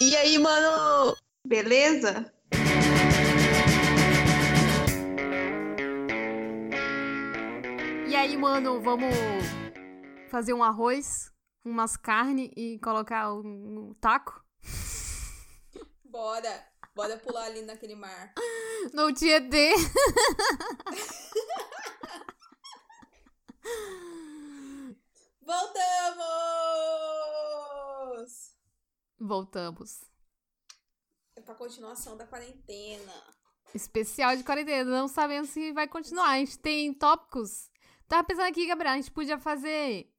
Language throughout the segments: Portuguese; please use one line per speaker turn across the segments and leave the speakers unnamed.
E aí, mano?
Beleza?
E aí, mano, vamos fazer um arroz, umas carnes e colocar um, um taco?
Bora. Bora pular ali naquele mar.
No Tietê.
Voltamos!
Voltamos.
É pra continuação da quarentena.
Especial de quarentena. Não sabemos se vai continuar. A gente tem tópicos. Tava pensando aqui, Gabriel, a gente podia fazer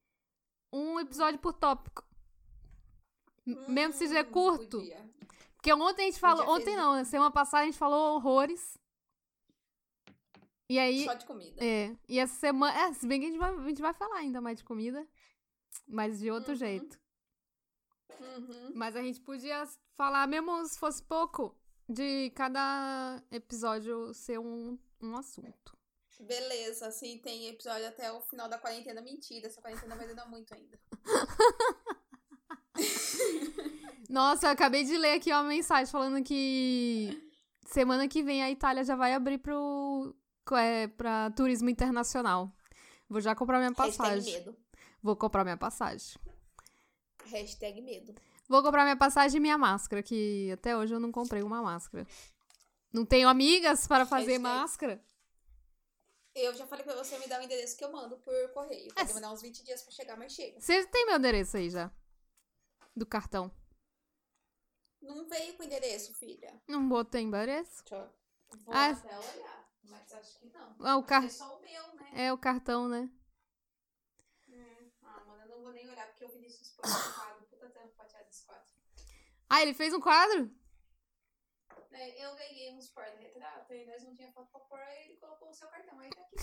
um episódio por tópico. M- Mesmo se já é
Hum,
curto.
podia.
Porque ontem a gente falou.
Podia
Ontem
fazer.
não, né? semana passada a gente falou horrores. E aí.
Só de comida.
É, e essa semana. É, se bem que a gente vai, a gente vai falar ainda mais de comida. Mas de outro
Uhum.
jeito.
Uhum.
Mas a gente podia falar, mesmo se fosse pouco, de cada episódio ser um, um assunto.
Beleza, assim tem episódio até o final da quarentena. Mentira, essa quarentena vai durar muito ainda.
Nossa, eu acabei de ler aqui uma mensagem falando que semana que vem a Itália já vai abrir pro, co- é, pra turismo internacional. Vou já comprar minha
Hashtag
passagem.
medo.
Vou comprar minha passagem.
Hashtag medo.
Vou comprar minha passagem e minha máscara, que até hoje eu não comprei uma máscara. Não tenho amigas para fazer
Hashtag-
máscara?
Eu já falei pra você me dar o endereço que eu mando por correio. Vai demorar uns 20 dias pra chegar, mas chega.
Você tem meu endereço aí já? Do cartão.
Não veio com endereço, filha.
Não botei endereço?
Tchau. Vou
Ah.
até olhar, mas acho que não.
Ah, o
Acho
car-
que É só o meu, né?
É o cartão, né?
Ah, mano, eu não vou nem olhar porque eu vi isso pode ser quadro. Puta tempo fatiado desse quadro.
Ah, ele fez um quadro?
É, Eu ganhei uns porta-retrato e nós não tinha foto pra pôr, aí ele colocou o seu cartão aí tá aqui.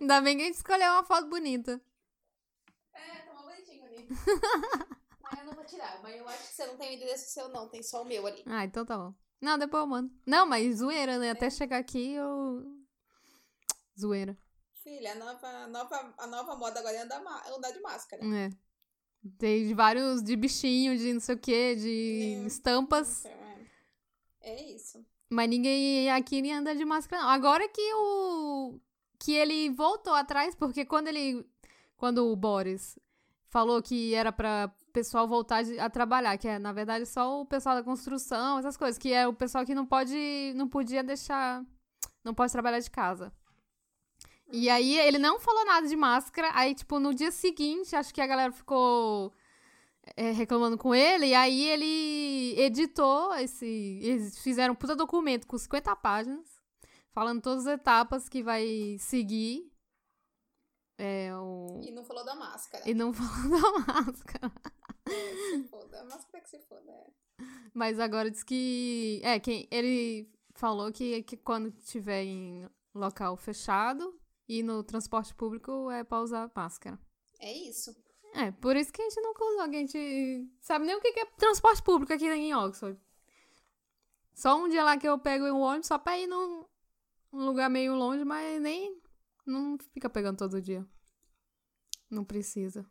Ainda bem que a gente escolheu uma foto bonita.
É, tá mó bonitinho ali. Mas eu não vou tirar, mas eu acho que você não tem o endereço seu, não, tem só o meu ali.
Ah, então tá bom. Não, depois eu mando. Não, mas zoeira, né? Até chegar aqui eu. Zoeira.
Filha, a nova, a nova, a nova moda agora é andar, ma- é andar de máscara.
É. Tem de vários de bichinho, de não sei o quê, de
É.
estampas.
Então, é- É isso.
Mas ninguém aqui nem anda de máscara, não. Agora que o. que ele voltou atrás, porque quando ele. Quando o Boris falou que era pra pessoal voltar de- a trabalhar, que é, na verdade, só o pessoal da construção, essas coisas, que é o pessoal que não pode. não podia deixar. não pode trabalhar de casa. E aí ele não falou nada de máscara, aí, tipo, no dia seguinte, acho que a galera ficou é, reclamando com ele, e aí ele editou esse. Eles fizeram um puta documento com 50 páginas, falando todas as etapas que vai seguir. É, o...
E não falou da máscara.
E não falando da máscara.
Se foda. A máscara que se foda. é.
Mas agora diz que. É, quem. Ele falou que, que quando tiver em local fechado e no transporte público é pra usar máscara.
É isso.
É, por isso que a gente nunca usou, que a gente sabe nem o que que é transporte público aqui em Oxford. Só um dia lá que eu pego um ônibus só pra ir num, num lugar meio longe, mas nem. Não fica pegando todo dia. Não precisa.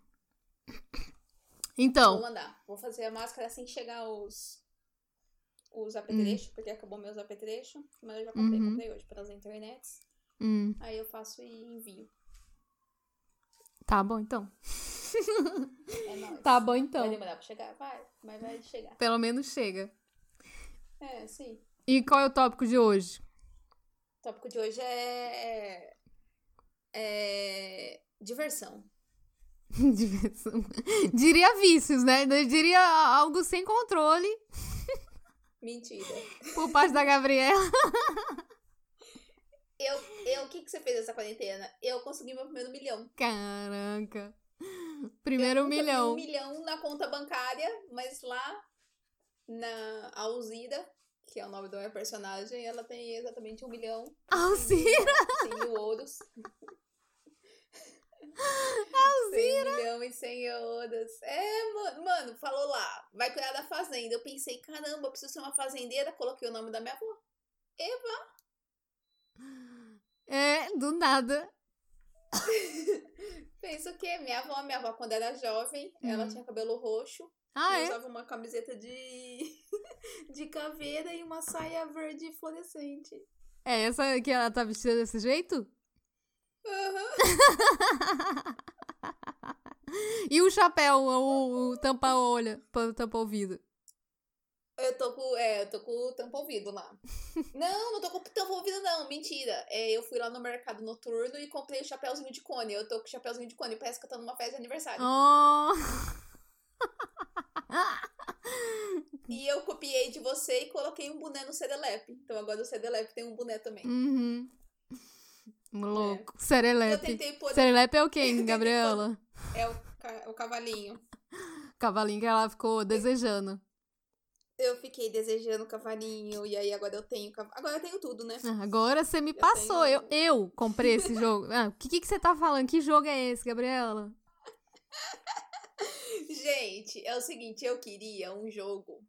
Então.
Vou mandar. Vou fazer a máscara assim que chegar os, os apetrechos, porque acabou meus apetrechos. Mas eu já comprei,
Hum. Uhum.
comprei hoje pelas internets.
hum.
Aí eu faço e envio.
Tá bom, então.
É nóis.
Tá bom,
Vai
então.
demorar pra chegar? Vai, mas vai chegar.
Pelo menos chega.
É, sim.
E qual é o tópico de hoje?
O tópico de hoje é. É. Diversão.
Diversão. Diria vícios, né? Eu diria algo sem controle
Mentira.
por parte da Gabriela.
Eu, eu, o que, que você fez nessa quarentena? Eu consegui meu primeiro milhão.
Caraca.
Eu
Primeiro
nunca vi Um
milhão.
milhão na conta bancária, mas lá na Alzira, que é o nome da minha personagem, ela tem exatamente um milhão
Alcira.
e 100 mil ouros. Alzira! 1 milhão e 100 euros. É, mano, mano, falou lá, vai cuidar da fazenda. Eu pensei, caramba, eu preciso ser uma fazendeira. Coloquei o nome da minha avó.
É, do nada.
Pensa o quê? Minha avó, minha avó, quando era jovem, ela
Hum.
tinha cabelo roxo.
Ah,
eu
é?
usava uma camiseta de, de caveira e uma saia verde fluorescente.
É essa que ela tá vestida desse jeito?
Aham.
E o chapéu, o, o tampa-olho, tampa-ouvido.
Eu tô com. É, eu tô com o tampa ouvido lá. não, não tô com o tampa ouvido, não. Mentira. É, eu fui lá no mercado noturno e comprei o chapéuzinho de cone. Eu tô com o chapéuzinho de cone. Parece que eu tô numa festa de aniversário.
Oh.
E eu copiei de você e coloquei um boné no CDLep. Então agora o CDLep tem um boné também.
Uhum. É. Louco.
E eu
Serelepe.
tentei pôr.
Serelepe é o
Eu
quem,
tentei
Gabriela?
É o, ca- o cavalinho.
Cavalinho que ela ficou desejando.
Eu fiquei desejando o cavalinho. E aí agora eu tenho. cav- Agora eu tenho tudo, né?
Ah, Agora você me passou. Eu,
tenho-
eu comprei esse jogo. Ah, O que, que, que você tá falando? Que jogo é esse, Gabriela?
Gente, é o seguinte, eu queria um jogo.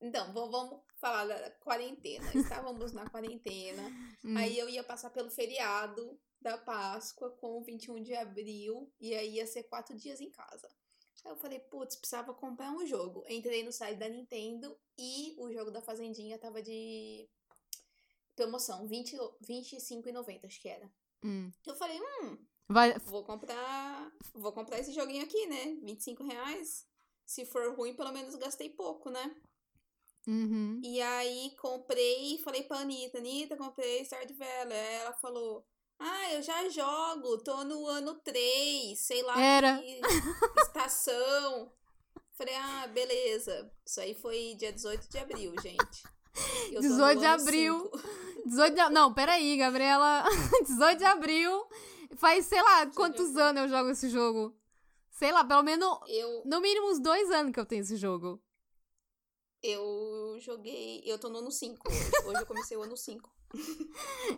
Então, va- vamos falar da quarentena. Estávamos na quarentena.
Hum.
Aí eu ia passar pelo feriado da Páscoa com o 21 de abril. E aí ia ser quatro dias em casa. Aí eu falei, putz, precisava comprar um jogo. Entrei no site da Nintendo e o jogo da Fazendinha tava de promoção, 20, e- 25,90 acho que era.
Hum.
Eu falei, hum,
Vai,
Vou comprar. Vou comprar esse joguinho aqui, né? 25 reais. Se for ruim, pelo menos gastei pouco, né?
uhum.
E aí comprei e falei pra Anitta, Anitta, comprei Stardew Valley. Aí ela falou, ah, eu já jogo, tô no ano 3, sei lá
Era.
que estação. Falei, ah, beleza. Isso aí foi dia 18 de abril, gente. Eu tô no
18 de
ano
abril.
cinco.
18 de... Não, peraí, Gabriela. 18 de abril. Faz, sei lá, quantos
abril.
anos eu jogo esse jogo. Sei lá, pelo menos,
Eu,
no mínimo uns dois anos que eu tenho esse jogo.
eu joguei. Eu tô no ano 5. Hoje, Hoje eu comecei o ano 5.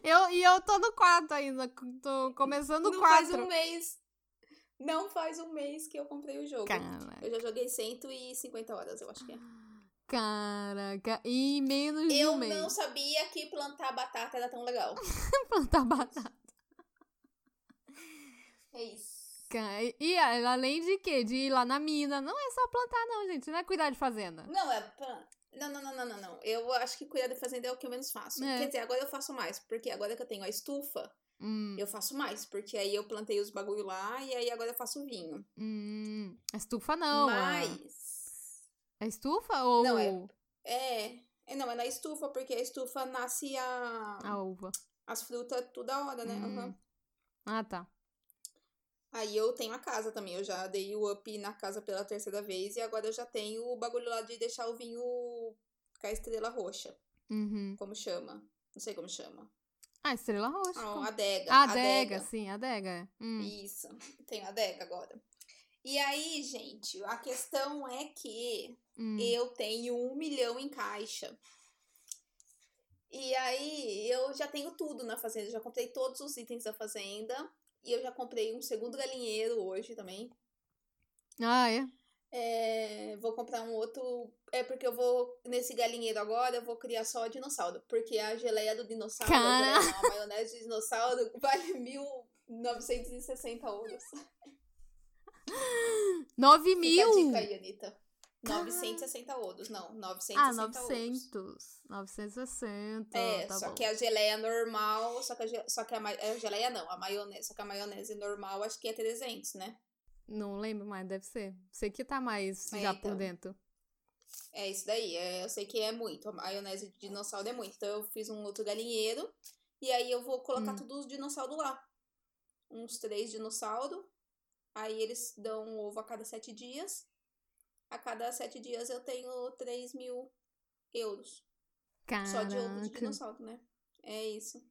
Eu, e eu tô no 4 ainda. Tô começando o
não
4.
faz um mês. Não faz um mês que eu comprei o jogo.
Caraca.
Eu já joguei 150 horas, eu acho que é.
Caraca. E em menos de
Eu
Ah, um mês.
não sabia que plantar batata era tão legal.
plantar batata.
É isso.
E, e além de quê? De ir lá na mina. Não é só plantar, não, gente. Não é cuidar de fazenda.
Não, é. plan- Não, não, não, não, não, não. Eu acho que cuidar da fazenda é o que eu menos faço.
É.
Quer dizer, agora eu faço mais, porque agora que eu tenho a estufa,
Hum,
eu faço mais, porque aí eu plantei os bagulho lá e aí agora eu faço vinho.
hum. Estufa não. a-
Mas.
A estufa ou
Não, é- É. é, Não, é na estufa, porque a estufa nasce
a
a...
uva?
as frutas toda hora, né?
Ah. Hum.
Aham.
Ah, tá.
Aí eu tenho a casa também, eu já dei o up na casa pela terceira vez e agora eu já tenho o bagulho lá de deixar o vinho com a estrela roxa,
Uhum.
como chama. Não sei como chama.
Ah, estrela roxa.
Ah,
como-
adega.
Ah, adega, sim, adega. é. Hum.
Isso, tenho adega agora. E aí, gente, a questão é que
hum.
eu tenho um milhão em caixa. E aí, eu já tenho tudo na fazenda. Eu já comprei todos os itens da fazenda. E eu já comprei um segundo galinheiro hoje também.
Ah, é?
É, vou comprar um outro. É porque eu vou. Nesse galinheiro agora, eu vou criar só dinossauro. Porque a geleia do dinossauro.
Cara.
A, geleia não, a maionese do dinossauro vale 1.960 euros.
9
Fica
mil!
a dica aí, Anitta.
Caralho.
960 euros. Não, 960
ah,
euros.
900. 960.
É,
tá
só
bom.
que a geleia normal. Só que a, ge- só que a, ma- a geleia não, a maionese. Só que a maionese normal acho que é 300, né?
Não lembro mais, deve ser. Sei que tá mais
É,
já
então.
por dentro.
É isso daí, é, eu sei que é muito, a maionese de dinossauro é muito. Então eu fiz um outro galinheiro e aí eu vou colocar
Hum.
todos os dinossauros lá. Uns três dinossauros. Aí eles dão um ovo a cada sete dias. A cada sete dias eu tenho 3 mil euros.
Caraca.
Só de ovo de dinossauro, né? É isso.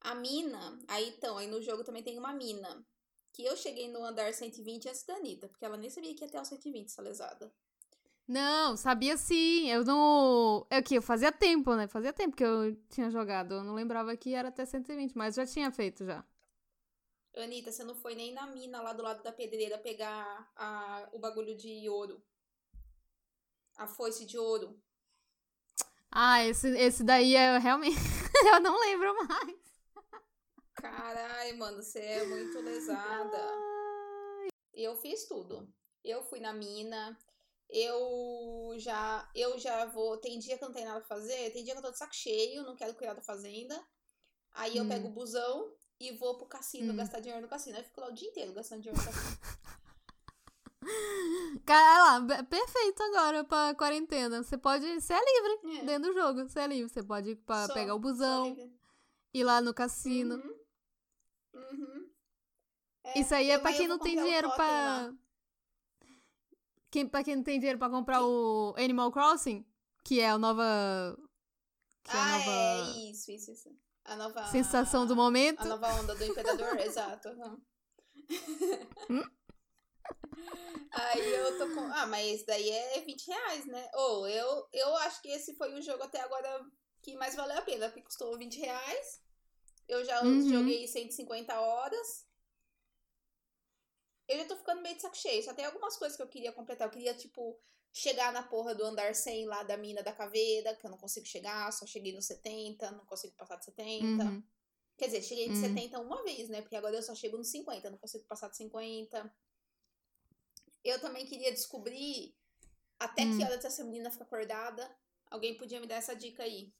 A mina, aí então, aí no jogo também tem uma mina. Que eu cheguei no andar 120 antes da Anitta, porque ela nem sabia que ia até o 120, essa lesada.
Não, sabia sim. Eu não. É o que? Eu fazia tempo, né? Fazia tempo que eu tinha jogado. Eu não lembrava que era até 120, mas já tinha feito já.
Anitta, você não foi nem na mina lá do lado da pedreira pegar a- o bagulho de ouro. A foice de ouro.
Ah, esse, esse daí é realmente. eu não lembro mais.
Caralho, mano, você é muito lesada. Eu fiz tudo. Eu fui na mina, Eu já, eu já vou. Tem dia que eu não tenho nada pra fazer, tem dia que eu tô de saco cheio, não quero cuidar da fazenda. Aí eu
Hum.
pego o busão e vou pro cassino
Hum.
gastar dinheiro no cassino. Aí eu fico lá o dia inteiro gastando dinheiro no cassino.
Cara, lá, be- perfeito agora pra quarentena. Você pode. Você é livre
É,
dentro do jogo. Você é livre. Você pode ir pra
Sou,
pegar
sou
o busão,
livre.
ir lá no cassino.
Uhum. Uhum.
Isso aí é
eu-
pra
aí
quem
eu vou
não tem
comprar o
dinheiro
totem
pra. Quem, pra quem não tem dinheiro pra comprar o Animal Crossing, que é a nova. Que é a
ah,
nova
é, isso, isso, isso. A nova.
sensação do momento.
A nova onda do Imperador, exato. aham.
Hum?
Aí eu tô com. Ah, mas daí é 20 reais, né? Ou eu, eu acho que esse foi o jogo até agora que mais valeu a pena, porque custou 20 reais. Eu já
Uhum.
joguei 150 horas. Eu já tô ficando meio de saco cheio. Só tem algumas coisas que eu queria completar. Eu queria, tipo, chegar na porra do andar 100 lá da mina da caveira, que eu não consigo chegar, só cheguei no 70, não consigo passar de 70.
Uhum.
Quer dizer, cheguei de
Hum.
70 uma vez, né? Porque agora eu só chego nos 50, não consigo passar de 50. Eu também queria descobrir até que
Hum.
horas essa menina fica acordada. Alguém podia me dar essa dica aí.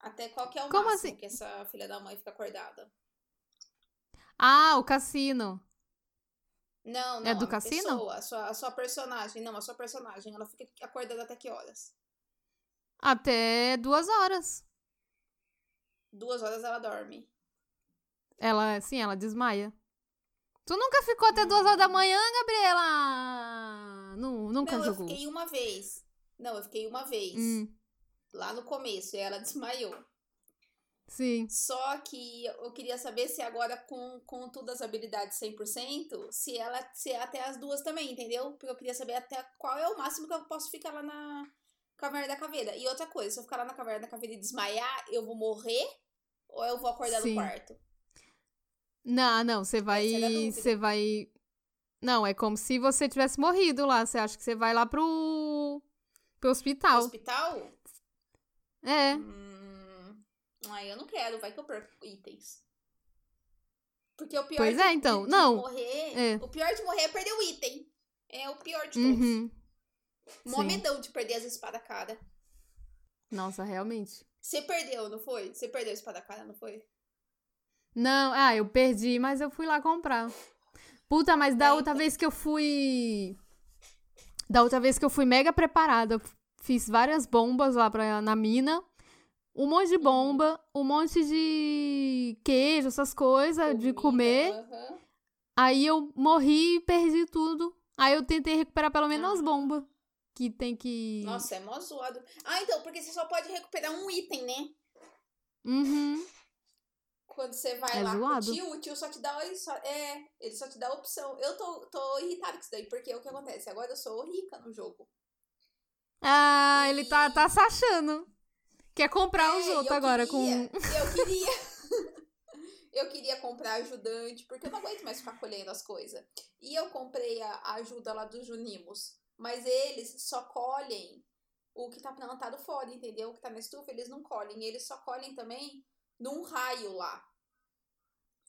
Até qual que é o
Como
máximo
assim?
que essa filha da mãe fica acordada.
Ah, o cassino.
Não, não.
É do
a
cassino?
Pessoa, a, sua, a sua personagem. Não, a sua personagem. Ela fica acordada até que horas?
Até duas horas.
Duas horas ela dorme.
Ela, sim, ela desmaia. Tu nunca ficou até duas horas da manhã, Gabriela? Nu- nunca
Uhum. não,
jogou.
eu fiquei uma vez. Não, eu fiquei uma vez.
Hum,
Lá no começo. E ela desmaiou.
sim.
Só que eu queria saber se agora com, com todas as habilidades 100%, se ela se é até as duas também, entendeu? Porque eu queria saber até qual é o máximo que eu posso ficar lá na Caverna da Caveira. E outra coisa, se eu ficar lá na Caverna da Caveira e desmaiar, eu vou morrer ou eu vou acordar
Sim.
no quarto?
Não, não, você vai.
Essa era a dúvida.
Você vai. Não, é como se você tivesse morrido lá. Você acha que você vai lá pro. pro
No
hospital.
hospital?
É.
Hum, ai, eu não quero, vai que eu perco itens. Porque o pior
Pois
de-
é, então.
de
Não.
morrer,
É.
o pior de morrer é perder o item. É o pior de todos.
Uhum.
Mó
Sim.
medão de perder as espadas cara.
Nossa, realmente.
Você perdeu, não foi? Você perdeu a espada cara, não foi?
Não, ah, eu perdi, mas eu fui lá comprar. Puta, mas da
É,
outra
então.
vez que eu fui. Da outra vez que eu fui mega preparada. eu Fiz várias bombas lá pra, na mina. Um monte
Uhum.
de bomba, um monte de queijo, essas coisas, Ah,
Comida,
de comer.
aham.
Aí eu morri e perdi tudo. Aí eu tentei recuperar pelo menos
Ah.
as bombas. Que tem que.
Nossa, é mó zoado. Ah, então, porque você só pode recuperar um item, né?
Uhum.
Quando você vai
É
lá com o
zoado.
tio, o tio só te dá. Ele só, é, ele só te dá a opção. Eu tô, tô irritada com isso daí, porque o que acontece? Agora eu sou rica no jogo.
Ah, ele tá,
E-
tá se achando. Quer comprar os
É, e
outros
eu
agora
queria-
com.
Eu queria. eu queria comprar ajudante, porque eu não aguento mais ficar colhendo as coisas. E eu comprei a a ajuda lá dos Junimos. Mas eles só colhem o que tá plantado fora, entendeu? O que tá na estufa, eles não colhem. Eles só colhem também num raio lá.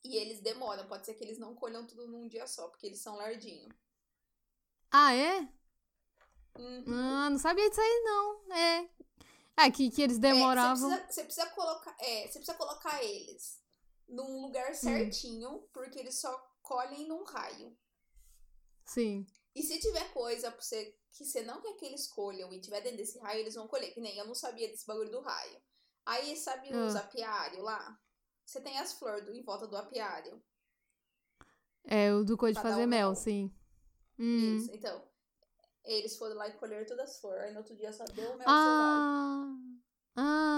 E eles demoram, pode ser que eles não colham tudo num dia só, porque eles são lardinho.
Ah, é?
Uhum.
Ah, não sabia disso aí, não. É. É, que, que eles demoravam.
É, você precisa, você precisa colocar, é, você precisa colocar eles num
Hum.
lugar certinho, porque eles só colhem num raio.
Sim.
E se tiver coisa pra você, que você não quer que eles colham e tiver dentro desse raio, eles vão colher. Que nem eu não sabia desse bagulho do raio. Aí, sabe os
Ah.
apiários lá? Você tem as flores do- em volta do apiário.
É, o do Cor de
Pra dar
Fazer
o
Mel,
mel.
sim. Hum.
Isso, então. Eles foram lá e colheram todas as flores. Aí no outro dia só deu o mel selvagem.
Ah.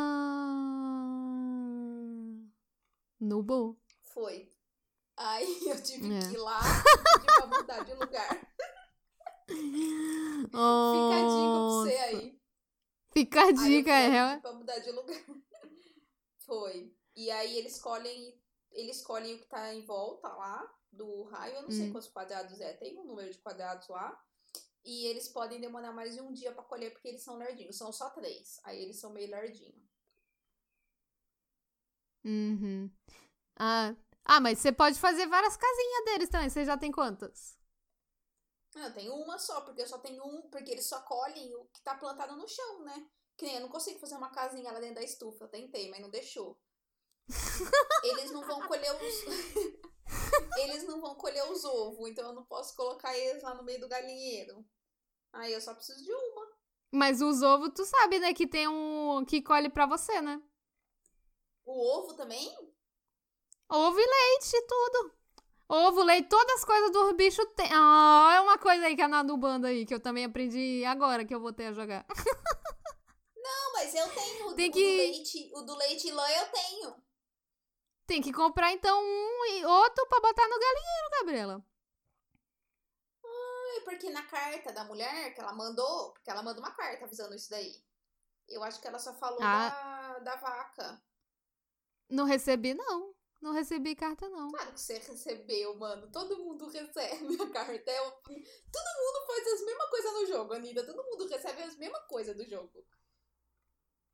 Ah. Nubo.
Foi. Aí eu tive
É.
que ir lá e tive pra mudar de lugar. Fica a dica pra você aí.
Fica a
Aí eu
dica,
fui
é.
pedir Pra mudar de lugar. Foi. E aí eles escolhem, eles escolhem o que tá em volta lá do raio. Eu não sei
Hum.
quantos quadrados é, tem um número de quadrados lá. E eles podem demorar mais de um dia pra colher porque eles são lardinhos. São só três. Aí eles são meio lardinho.
Uhum. Ah. ah, mas você pode fazer várias casinhas deles também. Você já tem quantas?
Não, tem uma só, porque eu só tenho um, porque eles só colhem o que tá plantado no chão, né? Que nem eu não consigo fazer uma casinha lá dentro da estufa, eu tentei, mas não deixou. eles não vão colher os. eles não vão colher os ovos, então eu não posso colocar eles lá no meio do galinheiro. Aí eu só preciso de um. uma.
Mas os ovos, tu sabe, né? Que tem um. que colhe pra você, né?
O ovo também?
Ovo e leite, tudo. Ovo, leite, todas as coisas dos bichos tem. Ah, é uma coisa aí que a Nadu banda aí, que eu também aprendi agora que eu voltei a jogar.
Não, mas eu tenho. o
Tem
do-
que-
o do leite, o do leite lã eu tenho.
Tem que comprar então um e outro pra botar no galinheiro, Gabriela.
Foi porque na carta da mulher que ela mandou, porque ela mandou uma carta avisando isso daí. Eu acho que ela só falou
Ah.
da, da vaca.
Não recebi, não. Não recebi carta, não.
Claro que você recebeu, mano. Todo mundo recebe a carta. É o- Todo mundo faz as mesmas coisas no jogo, Anida. Todo mundo recebe as mesmas coisas do jogo.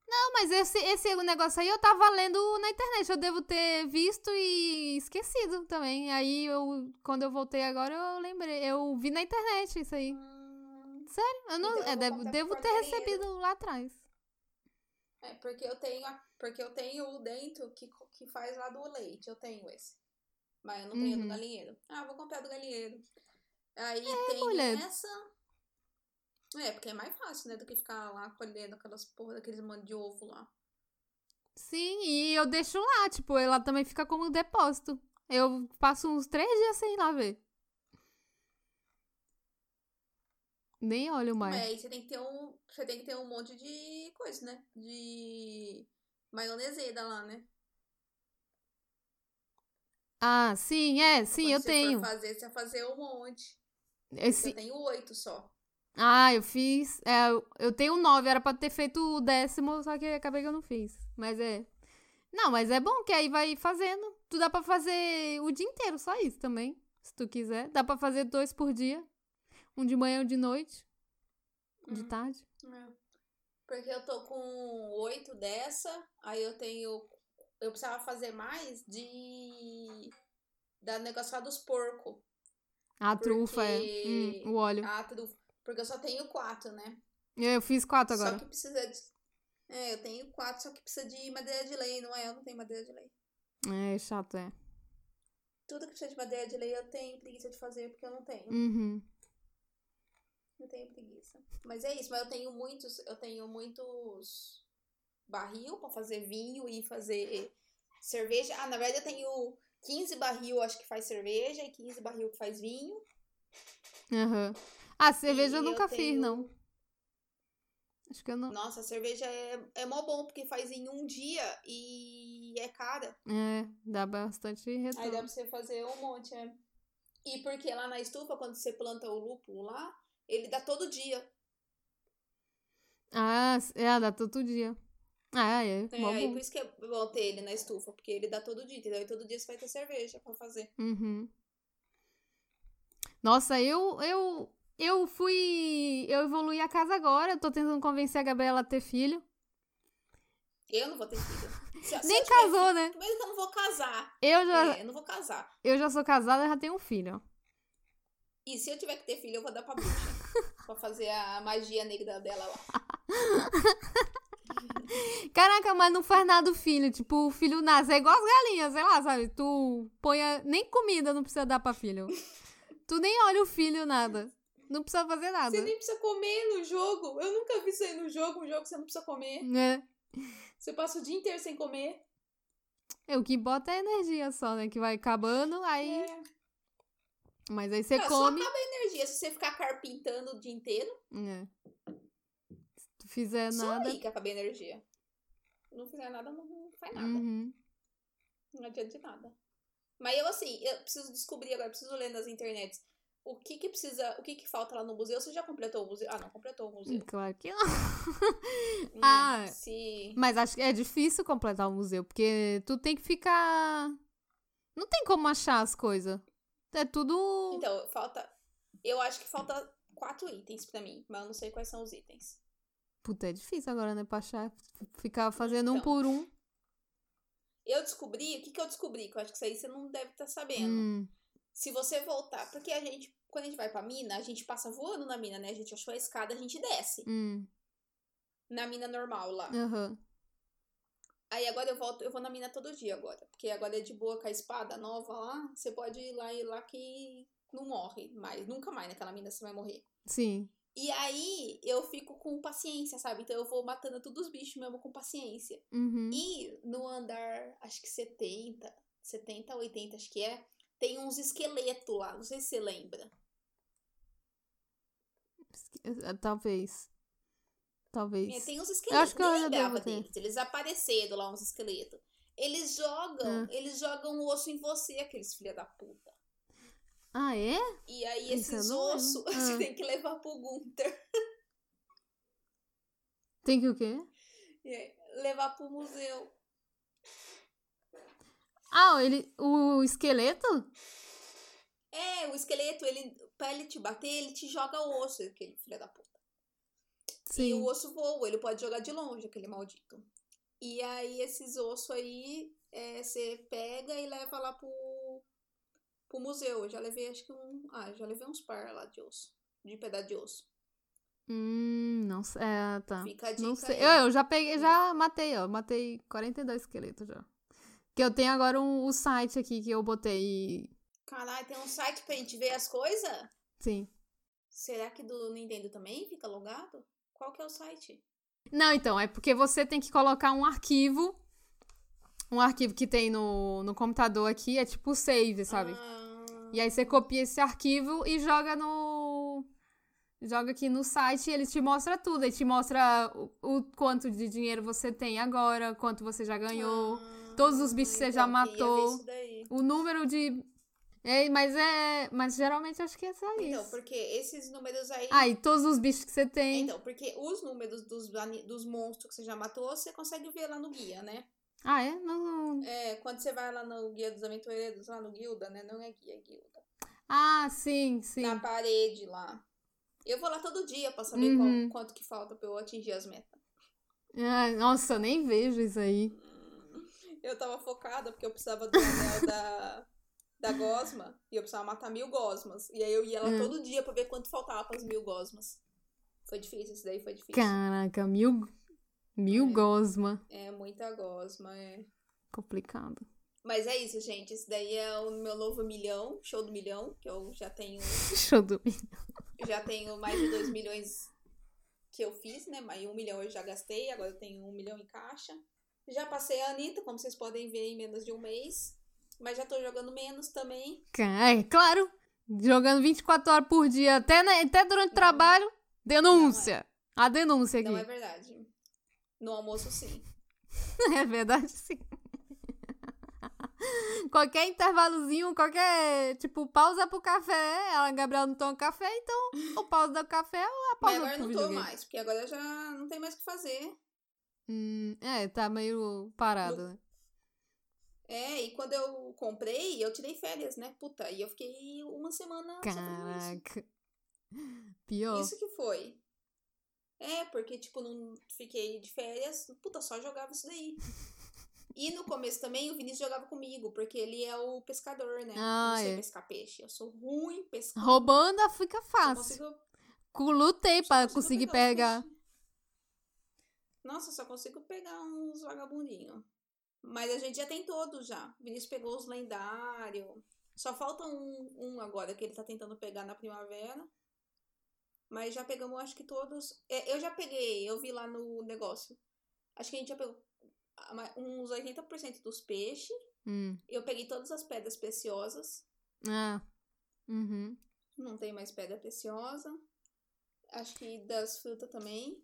Não, mas esse, esse negócio aí eu tava lendo na internet. Eu devo ter visto e esquecido também. Aí eu, quando eu voltei agora, eu lembrei. Eu vi na internet isso aí. Eu
Então
não,
eu
é,
vou
devo,
contar
devo
pro
ter
Gabriela.
recebido lá atrás.
É porque eu tenho a- porque eu tenho o dentro que, co- que faz lá do leite, eu tenho esse. Mas eu não tenho o do
Uhum. É,
galinheiro. Ah, vou comprar do galinheiro. Aí tem
mulher.
essa. É, porque é mais fácil, né, do que ficar lá colhendo aquelas porra daqueles monte de ovo lá.
Sim, e eu deixo lá, tipo, ela também fica como depósito. Eu passo uns três dias sem ir lá ver. Nem olho mais.
Mas aí você tem que ter um, você tem que ter um monte de coisa, né? De maioneseda lá, né?
Ah, sim, é, sim,
Quando
eu
você
tenho.
For fazer, você vai fazer um monte.
Esse,
Eu tenho oito só.
Ah, eu fiz. é, eu- eu tenho nove, era pra ter feito o décimo, só que acabei que eu não fiz. Mas é. Não, mas é bom que aí vai fazendo. Tu dá pra fazer o dia inteiro, só isso também. Se tu quiser. Dá pra fazer dois por dia. Um de manhã, um de noite. um De
Hum.
tarde.
É. Porque eu tô com oito dessa, aí eu tenho. Eu precisava fazer mais de. Da negócio lá dos porcos.
A trufa é.
Porque-
hum, o óleo.
Ah, tudo. Porque eu só tenho quatro, né?
Eu fiz quatro
Só
agora.
que precisa de. É, eu tenho quatro, só que precisa de madeira de lei, não é? Eu não tenho madeira de lei.
É chato, é.
Tudo que precisa de madeira de lei eu tenho preguiça de fazer, porque eu não tenho.
Uhum.
Eu tenho preguiça. Mas é isso, mas eu tenho muitos, eu tenho muitos barril pra fazer vinho e fazer cerveja. Ah, na verdade eu tenho 15 barril, acho que faz cerveja, e 15 barril que faz vinho.
Aham. Ah, cerveja eu
E eu
nunca fiz,
tenho-
não. Acho que eu não.
Nossa, a cerveja é, é mó bom, porque faz em um dia e é cara.
É, dá bastante
Aí dá
retorno.
pra você fazer um monte, né? E porque lá na estufa, quando você planta o lúpulo lá, ele dá todo dia.
Ah, s- é, dá todo dia. Ah, é.
É,
mó
aí
bom.
por isso que é bom ter ele na estufa, porque ele dá todo dia, entendeu? E todo dia você vai ter cerveja pra fazer.
Uhum. Nossa, eu, eu, eu fui. Eu evoluí a casa agora. eu Tô tentando convencer a Gabriela a ter filho.
Eu não vou ter filho. Se- se
Nem
eu tiver
casou, né?
filho- Mesmo que eu não vou casar.
Eu já,
É, eu não vou casar.
eu já sou casada, já tenho um filho.
E se eu tiver que ter filho, eu vou dar pra bruxa. pra fazer a magia negra dela lá.
Tá Caraca, mas não faz nada o filho. Tipo, o filho nasce. É igual as galinhas, sei lá, sabe? Tu põe. a- Nem comida não precisa dar pra filho. tu nem olha o filho, nada. Não precisa fazer nada.
Você nem precisa comer no jogo. Eu nunca vi isso aí no jogo, um jogo que você não precisa comer.
É.
Você passa o dia inteiro sem comer.
É, o que bota é energia só, né? Que vai acabando, aí.
É.
Mas aí você
Ah,
come.
Só acaba a energia se você ficar carpintando o dia inteiro.
É. Se tu fizer
só
É nada.
aí que acaba a energia. Não fizer nada, não- não faz nada.
Uhum.
Não adianta de nada. Mas eu, assim, eu preciso descobrir agora, preciso ler nas internets. O que que precisa, o que que falta lá no museu? Você já completou o museu? Ah, não, completou o museu.
Claro que não.
Né?
Hum, Ah.
Se...
Mas acho que é difícil completar o museu, porque tu tem que ficar. Não tem como achar as coisas. É tudo.
Então, falta... Eu acho que falta quatro itens pra mim, mas eu não sei quais são os itens.
Puta, é difícil agora, né? Pra achar. Ficar fazendo um
Então.
por um.
Eu descobri, o que que eu descobri? Que eu acho que isso aí você não deve estar tá sabendo.
Hum.
Se você voltar, porque a gente, quando a gente vai pra mina, a gente passa voando na mina, né? A gente achou a escada, a gente desce.
Hum,
Na mina normal lá.
aham.
Aí agora eu volto, eu vou na mina todo dia agora. Porque agora é de boa com a espada nova lá. Você pode ir lá e ir lá que não morre mais. Nunca mais naquela mina você vai morrer.
Sim.
E aí eu fico com paciência, sabe? Então eu vou matando todos os bichos mesmo com paciência.
Uhum.
E no andar, acho que 70, 70, 80, acho que é, tem uns esqueletos lá, não sei se você lembra.
Esque- Eh, Talvez. Talvez.
É, tem uns esqueletos,
que
nem
eu já
lembrava
devo ter.
deles, eles apareceram lá, uns esqueletos. Eles jogam, eles jogam o osso em você, aqueles filha da puta.
Ah, é?
E aí
Isso eu
esses
não lembro.
ossos você
Ah.
tem que levar pro Gunther,
Tem que o quê?
E aí, levar pro museu.
Ah, ele. O esqueleto?
É, o esqueleto, ele, pra ele te bater, ele te joga o osso, aquele filha da puta. E
Sim.
o osso voa, ele pode jogar de longe, aquele maldito. E aí, esses ossos aí, é, você pega e leva lá pro, pro museu. Eu já levei, acho que um. Ah, eu já levei uns par lá de osso. De pedaço de osso.
Hum, não sei. É, tá.
Fica a dica.
Não sei.
aí.
Eu, eu já peguei, já matei, ó. Matei 42 esqueletos já. Que eu tenho agora um- o site aqui que eu botei.
Caralho, tem um site pra gente ver as coisas?
Sim.
Será que do Nintendo também fica logado? Qual que é o site?
Não, então, é porque você tem que colocar um arquivo. Um arquivo que tem no, no computador aqui, é tipo save, sabe?
Ah,
E aí você copia esse arquivo e joga no. Joga aqui no site e ele te mostra tudo. Ele te mostra o, o quanto de dinheiro você tem agora, quanto você já ganhou,
ah,
todos os bichos que você já
então, eu queria ver
matou.
isso daí.
o número de. É, mas é. Mas geralmente acho que é só
Então,
isso.
porque esses números aí.
Ah, e todos os bichos que você
É,
tem.
Então, porque os números dos, ani- dos monstros que você já matou, você consegue ver lá no guia, né?
Ah, é? Não, não-
É, quando você vai lá no guia dos aventureiros, lá no guilda, né? Não é guia, é guilda.
Ah, sim, sim.
Na parede lá. Eu vou lá todo dia pra saber qual-
Uhum.
quanto que falta pra eu atingir as metas.
Ah, nossa, eu nem vejo isso aí.
Eu tava focada porque eu precisava do anel da, da gosma e eu precisava matar mil gosmas. E aí eu ia lá
Hum.
todo dia pra ver quanto faltava pras mil gosmas. Foi difícil, isso daí foi difícil.
Caraca, mil. Mil
É.
gosma.
É muita gosma, é.
Complicado.
Mas é isso, gente. Esse daí é o meu novo milhão, show do milhão, que eu já tenho,
Show do.
já tenho mais de 2 milhões que eu fiz, né? Mas um milhão eu já gastei, agora eu tenho um milhão em caixa. Já passei a Anitta, como vocês podem ver, em menos de um mês. Mas já tô jogando menos também.
Ca- É, claro. Jogando 24 horas por dia, até, na- até durante o trabalho. Denúncia. A denúncia aqui.
é. Não é verdade. No almoço, sim.
É verdade, sim. Qualquer intervalozinho, qualquer. Tipo, pausa pro café. Ela, Gabriela, não toma café, então o pausa do café é a
Mas
pausa
agora eu
pro
não tô
videogame.
mais, porque agora eu já não tem mais o que fazer.
Hum, é, tá meio parado, né?
É, e quando eu comprei, eu tirei férias, né? Puta, e eu fiquei uma semana só fazendo isso.
Caraca. Pior.
Isso que foi. É, porque, tipo, não fiquei de férias, puta, só jogava isso daí. E no começo também o Vinícius jogava comigo, porque ele é o pescador, né? eu
Ah,
não sei
é.
pescar peixe, eu sou ruim pescando.
Roubando fica
Só
fácil.
consigo,
Cu- Lutei
só
pra
consigo
conseguir
uns
Tipo, pegar.
peixinhos. um Nossa, só consigo pegar uns vagabundinhos. Mas a gente já tem todos já. O Vinícius pegou os lendários. Só falta um, um agora que ele tá tentando pegar na primavera. Mas já pegamos, acho que todos. É, eu já peguei, eu vi lá no negócio. Acho que a gente já pegou ah, ma- uns 80% dos peixes.
Hum.
Eu peguei todas as pedras preciosas.
Ah. Uhum.
Não tem mais pedra preciosa. Acho que das frutas também.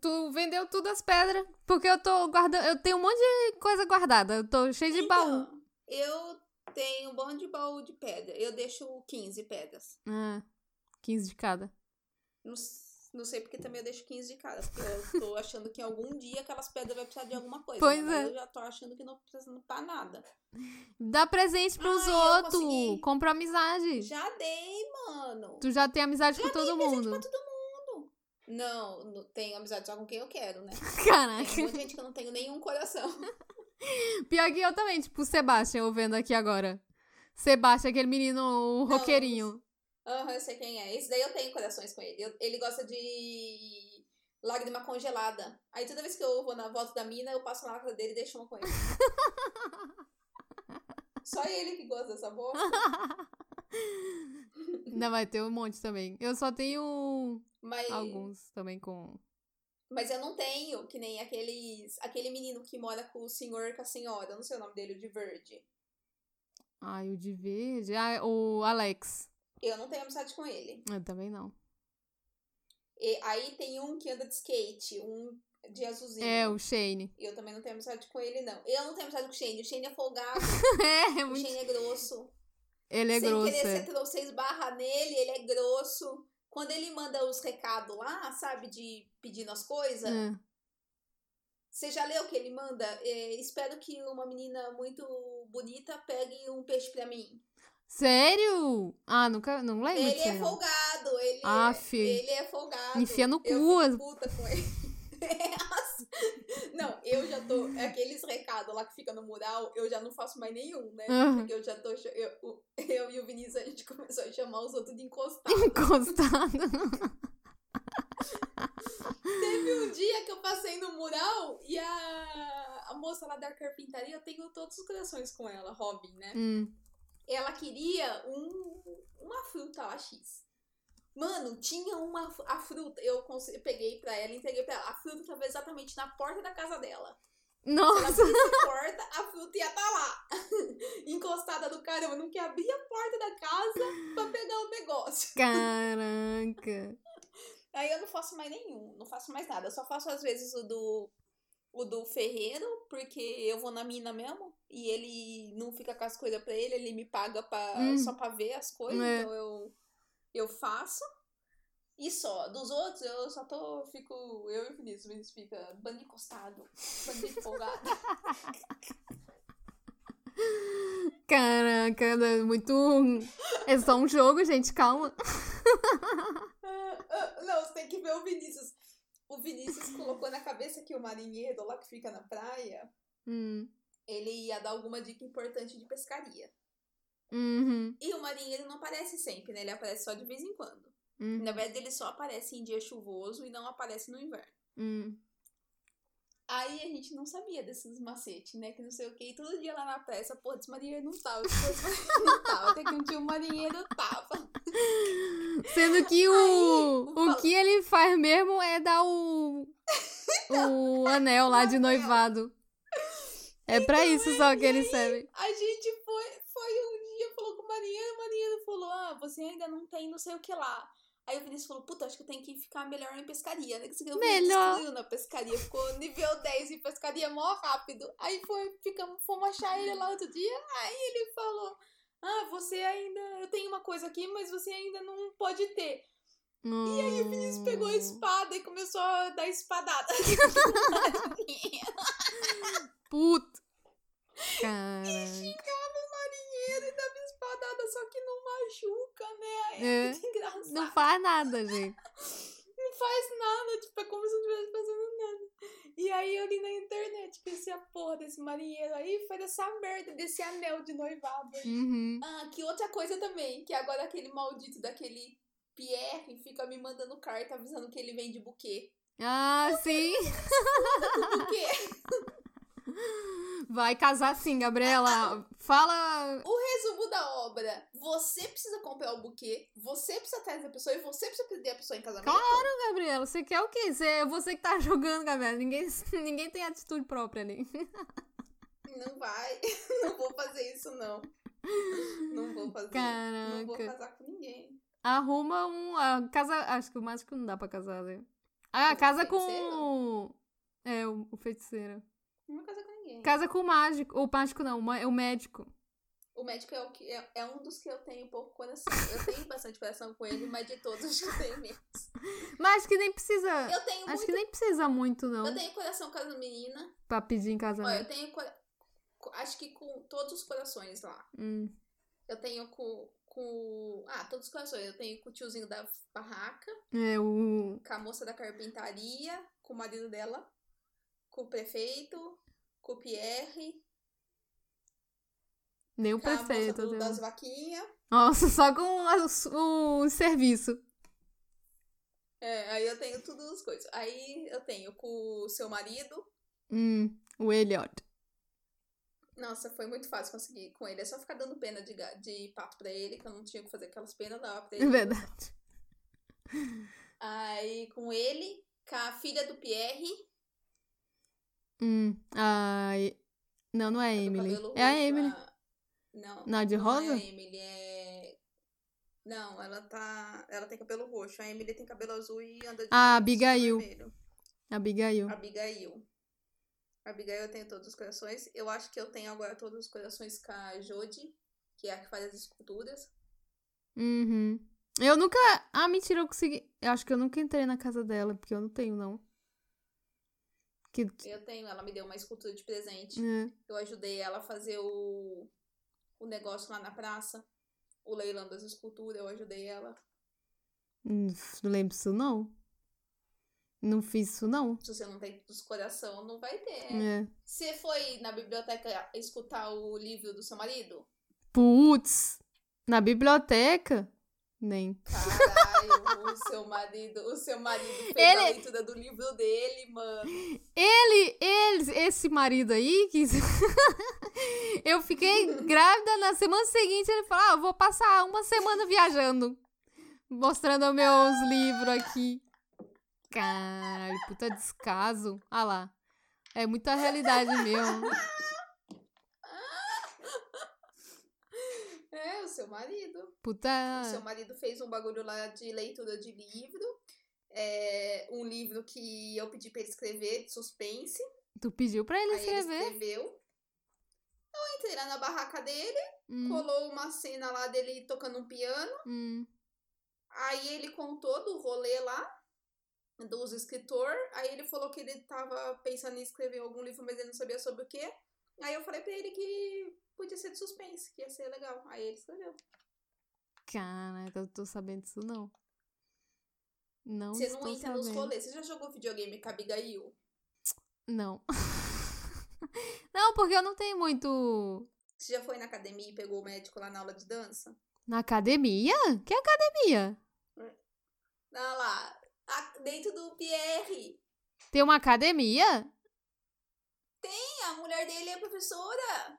Tu vendeu tudo as pedras. Porque eu tô guardando. Eu tenho um monte de coisa guardada. Eu tô cheio de baú.
Então, Eu tenho um bom de baú de pedra. Eu deixo 15 pedras.
Ah, 15 de cada.
Não, s- não sei porque também eu deixo 15 de cada. Porque eu tô achando que algum dia aquelas pedras vai precisar de alguma coisa. né?
Pois
Mas
é.
Eu já tô achando que não precisa pra nada.
Dá presente pros
Ai, eu
outros.
consegui.
Compra amizade.
Já dei, mano.
Tu já tem amizade com todo mundo.
Pra todo mundo. Não, não tenho amizade só com quem eu quero, né? Tem
Caraca.
muita gente que eu não tenho nenhum coração.
Pior que eu também, tipo, o Sebastian, eu vendo aqui agora. Sebastião, aquele menino o roqueirinho.
Aham, eu sei quem é. Esse daí eu tenho corações com ele. Eu- ele gosta de lágrima congelada. Aí toda vez que eu vou na volta da mina, eu passo na casa dele e deixo uma com ele. Só ele que gosta dessa bosta.
Ainda vai ter um monte também. Eu só tenho
Mas,
alguns também com.
mas eu não tenho, que nem aqueles. Aquele menino que mora com o senhor e com a senhora. Eu não sei o nome dele, o de verde.
Ai, o de verde. Ah, o Alex.
Eu não tenho amizade com ele.
Eu também não.
E aí tem um que anda de skate, um de azulzinho.
É, o Shane.
Eu também não tenho amizade com ele, não. Eu não tenho amizade com o Shane. O Shane é folgado,
é, é
o
muito.
Shane é grosso.
Ele é
Sem
grosso.
querer,
é.
você trouxe seis barra nele, ele é grosso. Quando ele manda os recados lá, sabe, de pedindo as coisas,
É.
você já leu o que ele manda? É, espero que uma menina muito bonita pegue um peixe pra mim.
Sério? Ah, nunca. Não lembro
ele
disso.
é
aí, não.
folgado, ele,
Aff.
é, ele é folgado.
Enfia no
Eu
cu.
fico puta com ele. É assim. não, eu já tô. Aqueles recados lá que fica no mural, eu já não faço mais nenhum, né?
Aham.
Porque eu já tô. cha- Eu, o- eu e o Vinícius, a gente começou a chamar os outros de encostado.
Encostado.
Teve um dia que eu passei no mural e a, a moça lá da carpintaria, eu tenho todos os corações com ela, Robin, né?
Hum.
Ela queria um, uma fruta lá, X. Mano, tinha uma fru- a fruta, eu, cons- eu peguei pra ela, entreguei pra ela. A fruta tava exatamente na porta da casa dela. Ela
Nossa.
abrisse a porta, a fruta ia tá lá. Encostada do caramba, não quer abrir a porta da casa pra pegar o negócio.
Caraca.
Aí eu não faço mais nenhum, não faço mais nada. Eu só faço às vezes o do o do ferreiro, porque eu vou na mina mesmo e ele não fica com as coisas pra ele, ele me paga pra,
Hum.
só pra ver as coisas,
É.
então eu eu faço. E só, dos outros eu só tô, fico, eu e o Vinícius, o Vinícius fica bando encostado, bando empolgado.
Caraca, é muito. É só um jogo, gente, calma.
Ah, não, você tem que ver o Vinícius. O Vinícius colocou na cabeça que o marinheiro lá que fica na praia,
Hum.
ele ia dar alguma dica importante de pescaria.
Uhum.
E o marinheiro não aparece sempre, né? Ele aparece só de vez em quando.
Uhum.
Na verdade, ele só aparece em dia chuvoso e não aparece no inverno.
Hum.
Aí a gente não sabia desses macetes, né? Que não sei o que. E todo dia lá na peça, pô, esse marinheiro não tava, esse marinheiro não tava. Até que um dia o marinheiro tava.
Sendo que o.
Aí,
O que ele faz mesmo é dar o. O anel lá de noivado. É pra isso só que ele serve.
A gente foi, foi um dia, falou com o marinheiro, o marinheiro falou, ah, você ainda não tem não sei o que lá. Aí o Vinícius falou, puta, acho que eu tenho que ficar melhor em pescaria, né? Que isso aqui eu fui
Melhor.
destruindo na pescaria, ficou nível 10 em pescaria mó rápido. Aí foi, ficamos, fomos achar ele lá outro dia, aí ele falou, ah, você ainda, eu tenho uma coisa aqui, mas você ainda não pode ter.
E aí o Vinícius
Pegou a espada e começou a dar espadada.
Puto. Cara.
Xingava o marinheiro e dava espadada, só que não machuca, né? Aí é,
É.
muito engraçado.
Não faz nada, gente.
não faz nada, tipo, é como se não estivesse fazendo nada. E aí eu li na internet que esse a porra desse marinheiro aí foi dessa merda, desse anel de noivado.
Uhum.
Ah, que outra coisa também, que agora aquele maldito daquele Pierre fica me mandando carta avisando que ele vende buquê.
Ah, sim.
Buquê!
Vai casar sim, Gabriela. Fala.
o resumo da obra, você precisa comprar o buquê, você precisa atrás da pessoa e você precisa pedir a pessoa em casamento.
Claro, Gabriela. Você quer o quê? Você, é você que tá jogando, Gabriela. Ninguém, ninguém tem atitude própria ali.
Não vai, não vou fazer isso não. Não vou fazer. Não vou
Caraca.
casar com ninguém.
Arruma um. ah, casa. Acho que o mágico não dá pra casar, né? Ah,
Mas o
casa com.
feiticeiro?
o- É, o, o feiticeiro.
Não vou casar com ninguém.
Casa com o mágico. O mágico não, o ma- o médico.
O médico é, o que, é, é um dos que eu tenho pouco coração. Eu tenho bastante coração com ele, mas de todos acho que eu tenho menos.
Mas acho que nem precisa.
Eu tenho
Acho
muito.
que nem precisa muito, não.
Eu tenho coração com as meninas.
Pra pedir em
Olha,
casamento.
eu tenho. cora- co- Acho que com todos os corações lá.
Hum.
Eu tenho com. com ah, todos os corações. Eu tenho com o tiozinho da barraca,
É, o.
com a moça da carpintaria, com o marido dela, com o prefeito, com o Pierre.
Nem o
Com a
PC.
moça
tô
do-
dizendo.
das vaquinhas.
Nossa, só com as- o serviço.
É, aí eu tenho todas as coisas. Aí eu tenho com o seu marido.
Hum, o Elliot.
Nossa, foi muito fácil conseguir com ele. É só ficar dando pena de, ga- de pato pra ele, que eu não tinha que fazer aquelas penas da pra
É
ele.
verdade.
Aí com ele, com a filha do Pierre.
Hum, ai. Não, não é a
do
Emily.
cabelo
É a
roxo,
Emily.
a- Não.
Não, de
não é
rosa?
a Emily, é. Não, ela tá. Ela tem cabelo roxo. A Emily tem cabelo azul e anda de.
Ah, Abigail.
vermelho. é.
Abigail.
Abigail. Abigail eu tenho todos os corações. Eu acho que eu tenho agora todos os corações com a Jodie, que é a que faz as esculturas.
Uhum. Eu nunca. Ah, mentira, eu consegui. Eu acho que eu nunca entrei na casa dela, porque eu não tenho, não. Que.
Eu tenho, ela me deu uma escultura de presente.
É.
Eu ajudei ela a fazer o, o negócio lá na praça. O leilão das esculturas, eu ajudei ela.
Hum, Não lembro disso, não. Não fiz isso, não.
Se você não tem todos os coração, não vai ter.
É.
Você foi na biblioteca escutar o livro do seu marido?
Putz! Na biblioteca? Nem.
Caralho, o seu marido, o seu marido fez
Ele-
a leitura do livro dele, mano.
Ele, ele, esse marido aí que. eu fiquei grávida na semana seguinte. Ele falou: Ah, eu vou passar uma semana viajando, mostrando meus livros aqui. Caralho, puta descaso. Ah lá. É muita realidade mesmo.
É, o seu marido.
Puta.
O seu marido fez um bagulho lá de leitura de livro. É, um livro que eu pedi pra ele escrever, de suspense.
Tu pediu pra ele
Aí ele
escrever?
escreveu. Eu entrei lá na barraca dele,
Hum,
colou uma cena lá dele tocando um piano.
hum.
Aí ele contou do rolê lá, dos escritor. Aí ele falou que ele tava pensando em escrever algum livro, mas ele não sabia sobre o quê. Aí eu falei pra ele que podia ser de suspense, que ia ser legal. Aí ele escreveu.
Caraca, eu tô sabendo disso não. Não
Você não
estou
entra
sabendo.
nos rolês. Você já jogou videogame com a Abigail?
Não. não, porque eu não tenho muito.
Você já foi na academia e pegou o médico lá na aula de dança?
Na academia? Que academia?
Ah lá, a- dentro do Pierre.
Tem uma academia?
Ih, A mulher dele é professora.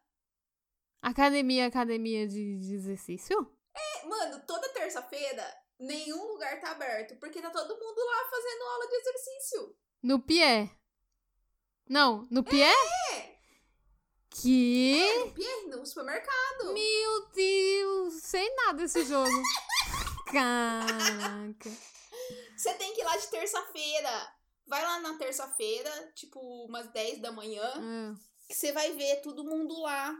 Academia, academia de, de exercício?
É, Mano, toda terça-feira, nenhum lugar tá aberto, porque tá todo mundo lá fazendo aula de exercício.
No Pierre. Não, no Pierre?
É.
Que?
Tá No Pierre, no supermercado.
Meu Deus, sem nada esse jogo. Caraca.
Você tem que ir lá de terça-feira. Vai lá na terça-feira, tipo umas 10 da manhã,
Ah,
que você vai ver todo mundo lá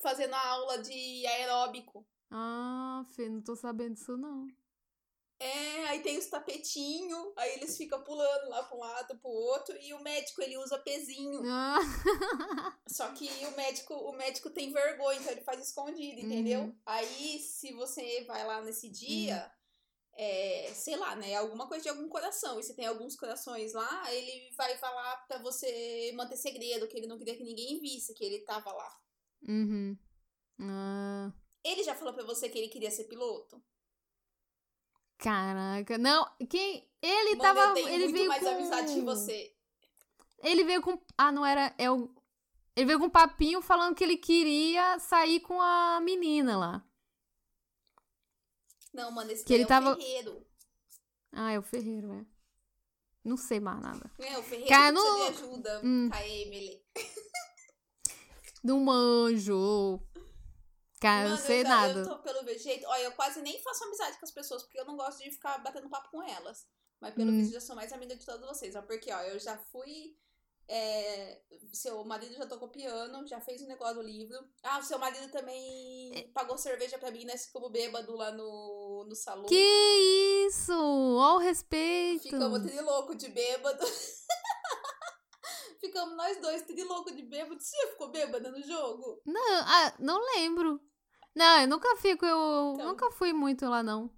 fazendo a aula de aeróbico.
Ah, Fê, não tô sabendo disso não.
É, aí tem os tapetinhos, aí eles ficam pulando lá pra um lado, pro outro, e o médico, ele usa pezinho.
Ah,
Só que o médico, o médico tem vergonha, então ele faz escondido, entendeu?
Uhum.
Aí, se você vai lá nesse dia,
Uhum.
é, sei lá, né? Alguma coisa de algum coração. E se tem alguns corações lá, ele vai falar pra você manter segredo, que ele não queria que ninguém visse que ele tava lá.
uhum. Ah.
Ele já falou pra você que ele queria ser piloto?
Caraca, não, quem ele
Mano,
tava,
eu tenho
ele
muito
veio
mais
com
amizade que você.
Ele veio com. Ah, não era. É o... Ele veio com um papinho falando que ele queria sair com a menina lá.
Não, mano, esse
Que
daí
ele
é
tava-
o Ferreiro.
Ah, é o Ferreiro, é. Não sei mais nada.
É, o Ferreiro
Cara,
que
não-
você me ajuda,
Hum.
a Emily.
Não manjo. Cara, Ah, eu não
Mano,
sei
já-
nada.
Eu tô pelo jeito. Olha, eu quase nem faço amizade com as pessoas, porque eu não gosto de ficar batendo papo com elas. Mas pelo
Hum.
visto, já sou mais amiga de todos vocês. Ó, porque, ó, eu já fui. é, seu marido já tocou piano, já fez um negócio do livro. Ah, o seu marido
É.
também pagou cerveja pra mim, né? Ficamos bêbado lá no, no salão.
Que isso! Ó o respeito.
Ficamos trilouco de bêbado. Ficamos nós dois trilouco de bêbado. Você ficou bêbada no jogo?
Não, ah, não lembro. Não, eu nunca fico, eu
Então.
nunca fui muito lá, não.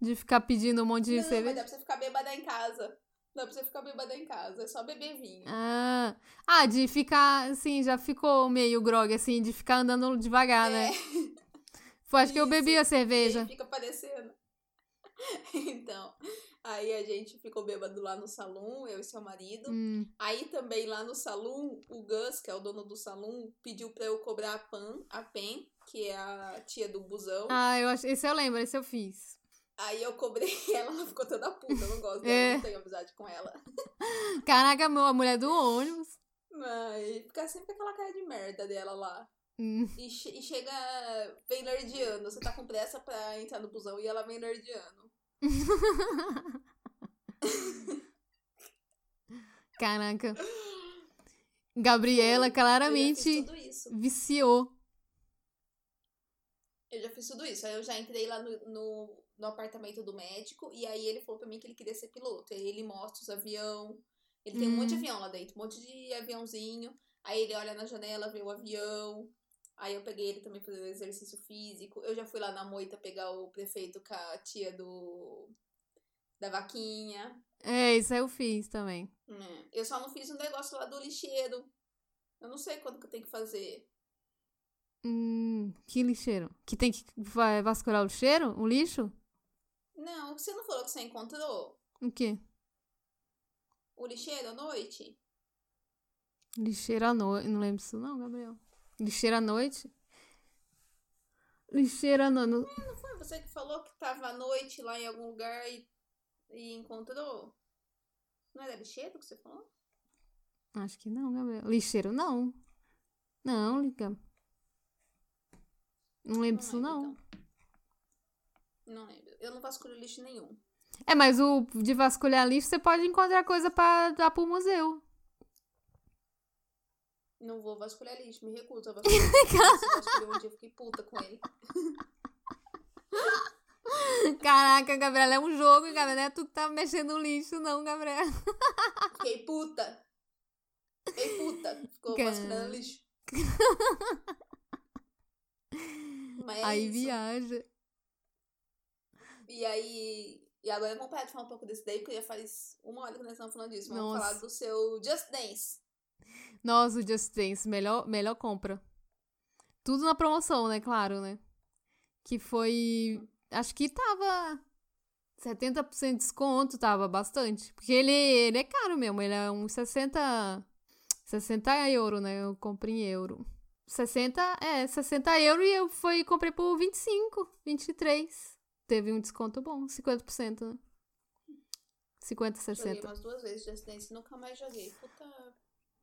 De ficar pedindo um monte de
não, mas é
cerveja.
dá pra você ficar bêbada em casa. Não precisa ficar bêbada em casa, é só beber vinho.
Ah, ah, de ficar, assim, já ficou meio grog, assim, de ficar andando devagar, né? Pô, acho que eu bebi a
E aí
cerveja.
É, fica parecendo. Então, aí a gente ficou bêbado lá no salão, eu e seu marido.
Hum,
Aí também lá no salão, o Gus, que é o dono do salão, pediu pra eu cobrar a Pan, a Pen, que é a tia do busão.
Ah, eu acho, esse eu lembro, esse eu fiz.
Aí eu cobrei ela, ela ficou toda puta, eu não gosto dela,
É.
não tenho amizade com ela.
Caraca, meu, a mulher do ônibus.
Mas fica sempre aquela cara de merda dela lá.
Hum.
E, che- e chega bem nerdiano. Você tá com pressa pra entrar no busão e ela vem nerdiano.
Caraca. Gabriela
Eu já
claramente
fiz tudo isso.
viciou.
Eu já fiz tudo isso. Aí eu já entrei lá no, no, no apartamento do médico e aí ele falou pra mim que ele queria ser piloto. Aí ele mostra os avião. Ele tem um monte de
Hum.
avião lá dentro, um monte de aviãozinho. Aí ele olha na janela, vê o avião. Aí eu peguei ele também fazendo exercício físico. Eu já fui lá na moita pegar o prefeito com a tia do da vaquinha.
É, isso eu fiz também.
né? Eu só não fiz um negócio lá do lixeiro. Eu não sei quando que eu tenho que fazer.
Hum, que lixeiro. Que tem que va- vasculhar o lixeiro? O lixo?
Não, você não falou que você encontrou
O quê?
o lixeiro à noite?
Lixeiro à noite. Não lembro disso não, Gabriel. Lixeiro à noite? Lixeiro à noite.
Foi você que falou que tava à noite lá em algum lugar e, e encontrou? Não era lixeiro que você falou?
Acho que não, Gabriel. Lixeiro não. Não, liga. Não lembro disso
lembro,
não.
então. Não lembro. Eu não vasculho lixo nenhum.
É, mas o de vasculhar lixo você pode encontrar coisa pra dar pro museu.
Não vou vasculhar lixo, me recuso a vasculhar lixo. Eu vasculhei um dia, eu fiquei puta com ele.
Caraca, Gabriela, é um jogo, Gabriela. Não é tu que tá mexendo no lixo, não, Gabriela.
Fiquei puta. Fiquei puta. Ficou
Cara.
vasculhando lixo. Mas é
Aí
isso.
viaja.
E aí. E agora vamos parar de falar um pouco desse daí, porque já faz uma hora que nós estamos falando disso. Vamos
Nossa.
falar do seu Just Dance.
Nossa, o Just Dance, melhor, melhor compra. Tudo na promoção, né? Claro, né? Que foi. Acho que tava 70% de desconto, tava bastante. Porque ele, ele é caro mesmo, ele é uns 60. 60 euro, né? Eu comprei em euro. 60, é, 60 euro e eu fui, comprei por 25, 23. Teve um desconto bom, 50%, né? 50,
Joguei
60.
umas duas vezes Just Dance, nunca mais joguei. Puta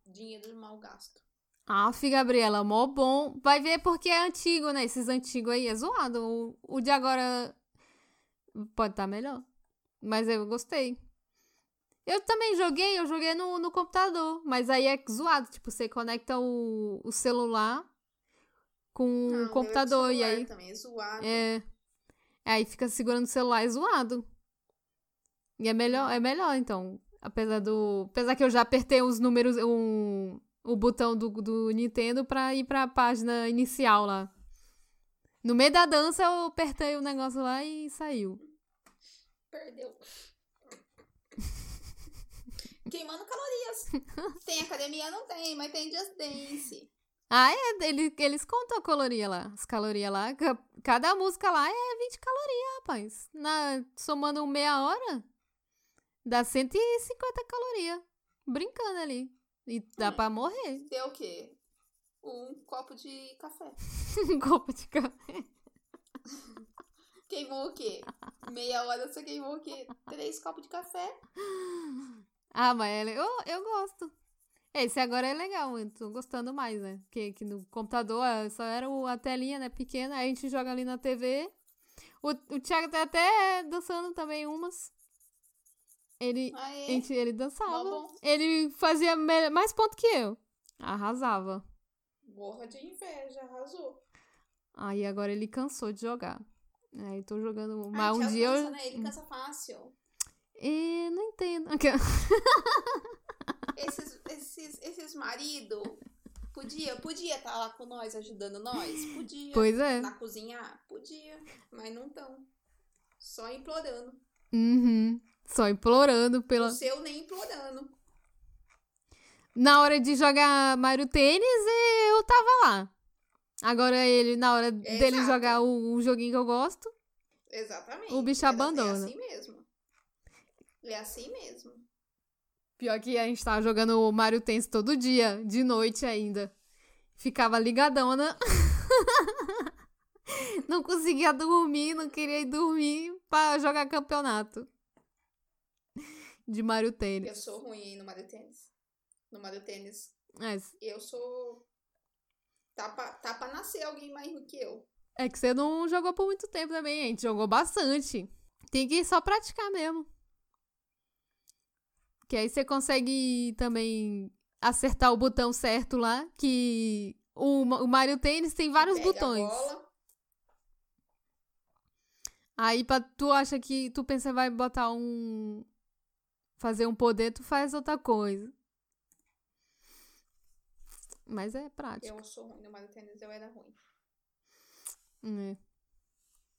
dinheiro mal gasto.
Aff, Gabriela, mó bom. Vai ver porque é antigo, né? Esses antigos aí é zoado. O, o de agora pode estar melhor. Mas eu gostei. Eu também joguei, eu joguei no, no computador. Mas aí é zoado. Tipo, você conecta o, o celular com
Ah,
o Um computador.
meu
E
celular
aí.
Também é zoado.
É. Aí fica segurando o celular é zoado. E é melhor, é melhor, então. Apesar do. Apesar que eu já apertei os números, um, o botão do, do Nintendo pra ir pra página inicial lá. No meio da dança eu apertei o negócio lá e saiu.
Perdeu. Queimando calorias. Tem academia? Não tem, mas tem Just Dance.
Ah, é, ele- eles contam a caloria lá. As calorias lá. ca- Cada música lá é 20 calorias, rapaz. Na, somando um meia hora, dá 150 calorias. Brincando ali. E dá
Hum.
pra morrer.
Tem o quê? Um copo de café.
Um copo de café.
Queimou o quê? Meia hora você queimou o quê? Três copos de café.
Ah, mas é le- eu, eu gosto. Esse agora é legal, eu tô gostando mais, né? Porque que no computador ah, só era o- a telinha, né, pequena, aí a gente joga ali na TV. O, o Thiago tá até dançando também umas. Ele,
Aê.
Gente, ele
Mó
dançava.
É? Tá bom.
Ele fazia me- mais ponto que eu. Arrasava.
Morra de inveja, arrasou.
Aí agora ele cansou de jogar. Aí tô jogando.
Ah,
Mas um
Thiago
dia
cansa,
eu.
né? Ele cansa fácil.
Ê, não entendo. Aqui, ó.
Esses, esses, esses maridos podia, podia estar lá com nós, ajudando nós? Podia.
Pois é.
Na cozinhar? Podia. Mas não tão. Só implorando.
Uhum. Só implorando
O
pela.
seu nem implorando.
Na hora de jogar Mario Tênis, eh, eu tava lá. Agora ele, na hora dele
Exato.
jogar o, o joguinho que eu gosto,
Exatamente.
O bicho
É da- É
abandona.
assim mesmo. É assim mesmo.
pior que a gente tava jogando o Mario Tênis todo dia, de noite ainda. Ficava ligadona. não conseguia dormir, não queria ir dormir pra jogar campeonato. De Mario Tênis.
Eu sou ruim no Mario Tênis. No Mario Tênis,
Mas
eu sou. Tá pra, tá pra nascer alguém mais do que eu.
É que você não jogou por muito tempo também, a gente jogou bastante. Tem que só praticar mesmo. Que aí você consegue também acertar o botão certo lá, que o, Ma- o Mario Tênis tem vários
Pega a
botões.
bola.
Aí pra, tu acha que tu pensa vai botar um fazer um poder, tu faz outra coisa. Mas é prático.
Eu sou ruim no Mario Tênis, eu era ruim.
né?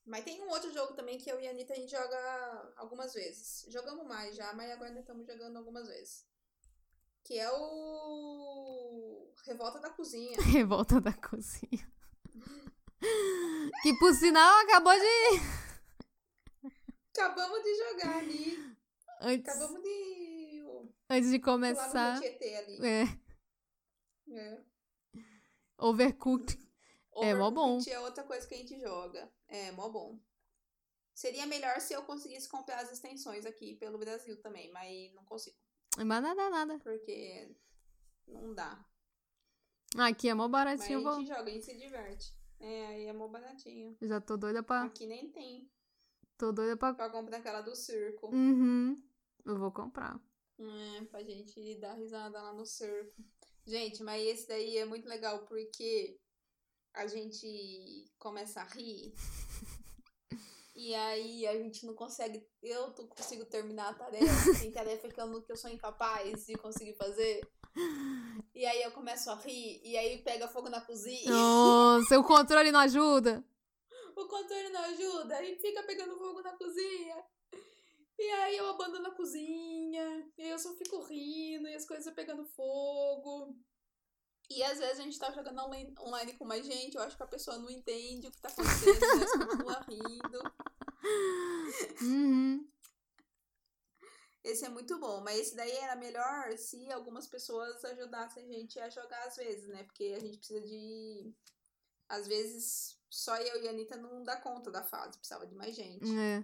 Mas tem um outro jogo também que eu e a Anitta a gente joga algumas vezes. Jogamos mais já, mas agora ainda estamos jogando algumas vezes. Que é o. Revolta da Cozinha.
Revolta da cozinha. Que por sinal acabou de.
Acabamos de jogar ali.
Antes,
Acabamos de. pular
antes de
no
começar.
Rio Tietê ali.
É,
É.
overcooked. É, mó bom.
Overcooked é outra coisa que a gente joga. É, mó bom. Seria melhor se eu conseguisse comprar as extensões aqui pelo Brasil também, mas não consigo,
Mas nada, nada.
porque não dá.
Aqui é mó
Mas
baratinho. eu
a
vou-
gente joga, a gente se diverte. É, aí é mó baratinho.
Já tô doida pra.
Aqui nem tem.
Tô doida pra.
Pra comprar aquela do circo.
Uhum. Eu vou comprar.
É, pra gente dar risada lá no circo. Gente, mas esse daí é muito legal porque a gente começa a rir. E aí a gente não consegue. Eu não consigo terminar a tarefa. Tem tarefa que eu, não- que eu sou incapaz de conseguir fazer. E aí eu começo a rir. E aí pega fogo na cozinha.
Nossa, o controle não ajuda.
O controle não ajuda. E fica pegando fogo na cozinha. E aí eu abandono a cozinha, e aí eu só fico rindo, e as coisas pegando fogo. E às vezes a gente tá jogando online, online com mais gente, eu acho que a pessoa não entende o que tá acontecendo, mas continua rindo.
Uhum.
Esse é muito bom, mas esse daí era melhor se algumas pessoas ajudassem a gente a jogar às vezes, né? Porque a gente precisa de. Às vezes só eu e a Anitta não dá conta da fase, precisava de mais gente.
É.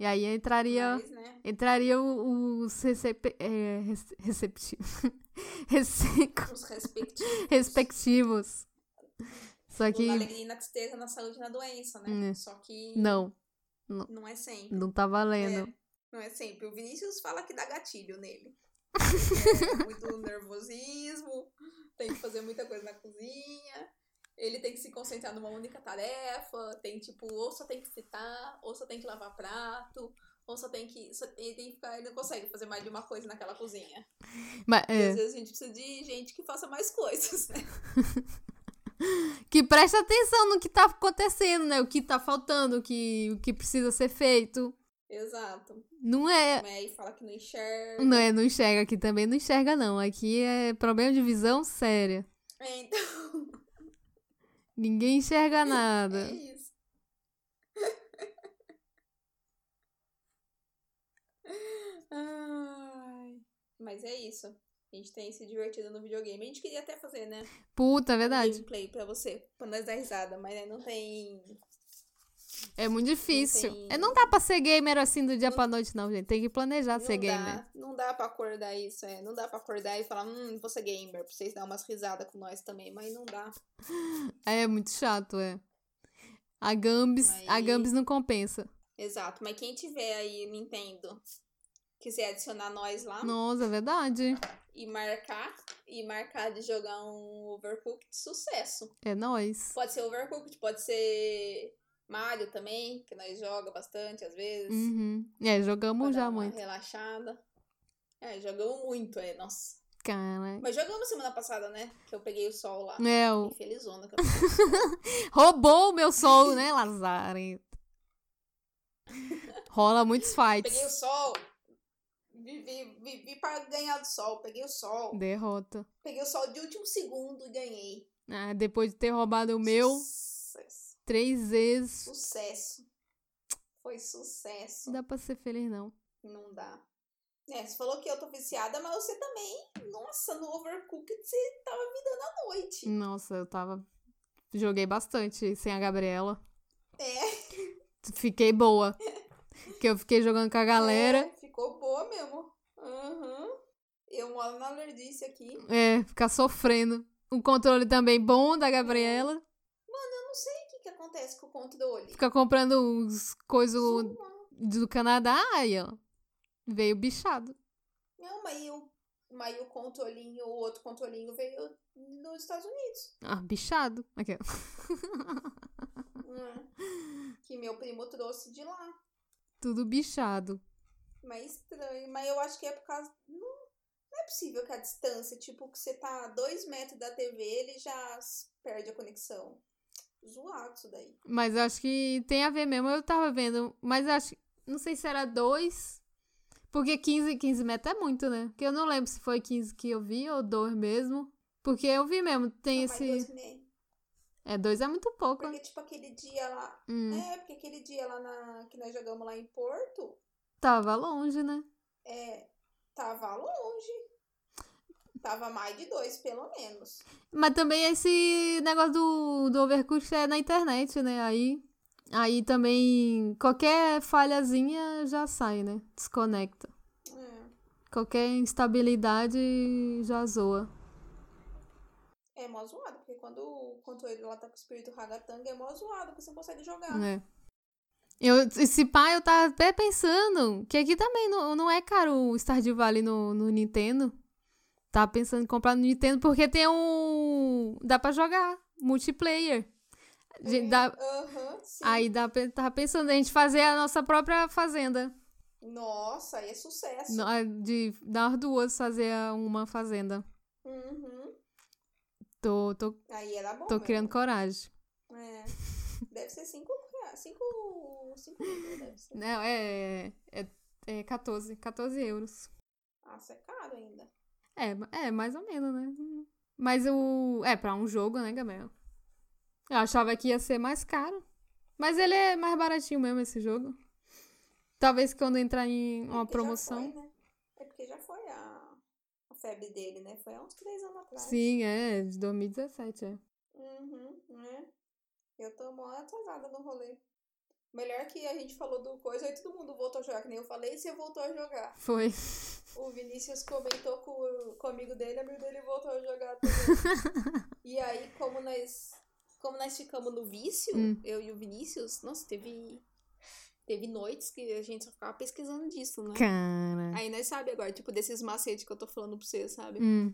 E aí entraria.
Mas, né?
Entraria o- os recep... é, rece- receptivos. Rece-
os respectivos.
Respectivos. Só
Na
que.
alegria e na tristeza, na saúde e na doença, né?
Hum.
Só que não,
Não,
é sempre.
não tá valendo.
É, não é sempre. O Vinícius fala que dá gatilho nele. É muito nervosismo, tem que fazer muita coisa na cozinha. Ele tem que se concentrar numa única tarefa. Tem tipo, ou só tem que fritar, ou só tem que lavar prato, ou só tem que. só- ele, tem que ficar, ele não consegue fazer mais de uma coisa naquela cozinha.
Mas,
E
é,
às vezes a gente precisa de gente que faça mais coisas, né?
que preste atenção no que tá acontecendo, né? O que tá faltando, o que, o que precisa ser feito.
Exato.
Não é.
Mas aí fala que não enxerga.
Não é, não enxerga aqui também, não enxerga não. Aqui é problema de visão séria.
É, então
Ninguém enxerga
é
nada.
isso. Ai. Mas é isso. A gente tem se divertido no videogame. A gente queria até fazer, né?
Puta, é
Um
verdade.
gameplay pra você, pra nós dar risada, mas né, não tem.
É muito difícil.
tem-
É, não dá pra ser gamer assim do dia pra noite, não, gente. Tem que planejar
não
ser
dá,
gamer.
Não dá pra acordar isso, é. Não dá pra acordar e falar, hum, vou ser gamer, pra vocês dar umas risadas com nós também, mas não dá.
É muito chato, é. A Gambis, a
Aí-
Gambis não compensa.
Exato. Mas quem tiver aí, Nintendo, quiser adicionar nós lá.
Nossa, é verdade.
e marcar e marcar de jogar um Overcooked sucesso.
É nóis.
Pode ser Overcooked, pode ser Mario também, que nós joga bastante às vezes.
Uhum. É,
pra
jogamos
dar
já
uma
muito.
Relaxada. É, jogamos muito, é, nossa.
Cara.
Mas jogamos semana passada, né? Que eu peguei o sol lá.
É, o-
Infelizona. Que
roubou o meu sol, né, Lazarento? Rola muitos fights.
Peguei o sol. Vivi, vivi para ganhar do sol. Peguei o sol.
Derrota.
Peguei o sol de último segundo e ganhei.
Ah, depois de ter roubado o meu
Sucesso.
três vezes,
Sucesso. Foi sucesso.
não dá pra ser feliz, não.
Não dá. É, você falou que eu tô viciada, mas você também. Nossa, no Overcooked você tava me dando à noite.
Nossa, eu tava. Joguei bastante sem a Gabriela.
É.
Fiquei boa. que eu fiquei jogando com a galera.
É, ficou boa mesmo. Aham. Eu moro na Lerdice aqui.
É, ficar sofrendo. Um controle também bom da Gabriela.
Eu não sei o que, que acontece com o controle.
Fica comprando uns coisas
Suma.
do Canadá. Aí, ó. Veio bichado.
Não, mas e o, mas e o controlinho, o outro controlinho veio dos Estados Unidos.
Ah, bichado. Aqui, ó.
né? que meu primo trouxe de lá.
Tudo bichado.
Mas estranho. Mas eu acho que é por causa. Não, não é possível que a distância, tipo, que você tá a dois metros da TV, ele já s- perde a conexão. Zoado isso daí.
Mas eu acho que tem a ver mesmo. Eu tava vendo, mas eu acho. Não sei se era dois. Porque 15, 15 metros é muito, né? Porque eu não lembro se foi 15 que eu vi ou dois mesmo. Porque eu vi mesmo, tem
Ah, mas
esse.
dois me-
É, dois é muito pouco. né?
Porque, tipo, aquele dia lá.
Hum,
É, porque aquele dia lá na, que nós jogamos lá em Porto,
Tava longe, né?
é, tava longe. Tava mais de dois, pelo menos.
Mas também esse negócio do, do overcooked é na internet, né? Aí, aí também qualquer falhazinha já sai, né? Desconecta.
É,
Qualquer instabilidade já zoa.
é mó zoado, porque quando o controle lá tá com o espírito ragatanga, é mó zoado, porque você não consegue jogar.
É. Eu, esse pai, eu tava até pensando que aqui também não, não é caro o Stardew Valley no, no Nintendo. Tava pensando em comprar no Nintendo porque tem um. dá pra jogar multiplayer. A gente dá-
Aham, É, sim.
aí dá, pra- tava pensando em a gente fazer a nossa própria fazenda.
Nossa, aí é sucesso.
No- a- De dar duas, fazer a- uma fazenda.
Uhum.
Tô, tô,
Aí era Tá bom.
tô
mesmo.
criando coragem.
É. Deve ser 5 reais. 5. 5 né? deve ser.
Não, é, é, é 14, 14 euros.
Nossa, é caro ainda.
É, ma- é, mais ou menos, né? Mas o. É, pra um jogo, né, Gabriel? Eu achava que ia ser mais caro. Mas ele é mais baratinho mesmo, esse jogo. Talvez quando entrar em
É
uma
porque já
promoção.
foi, né? É porque já foi a, a febre dele, né? Foi há uns 3 anos atrás.
Sim, é, de 2017, é.
Uhum, né? Eu tô mó atrasada no rolê. Melhor que a gente falou do coisa, aí todo mundo voltou a jogar, que nem eu falei, você voltou a jogar.
Foi.
O Vinícius comentou com, o- com o amigo dele, amigo dele voltou a jogar também. e aí, como nós, como nós ficamos no vício,
Hum.
eu e o Vinícius, nossa, teve, teve noites que a gente só ficava pesquisando disso, né?
Cara.
Aí nós sabe agora, tipo, desses macetes que eu tô falando pra você, sabe?
Hum,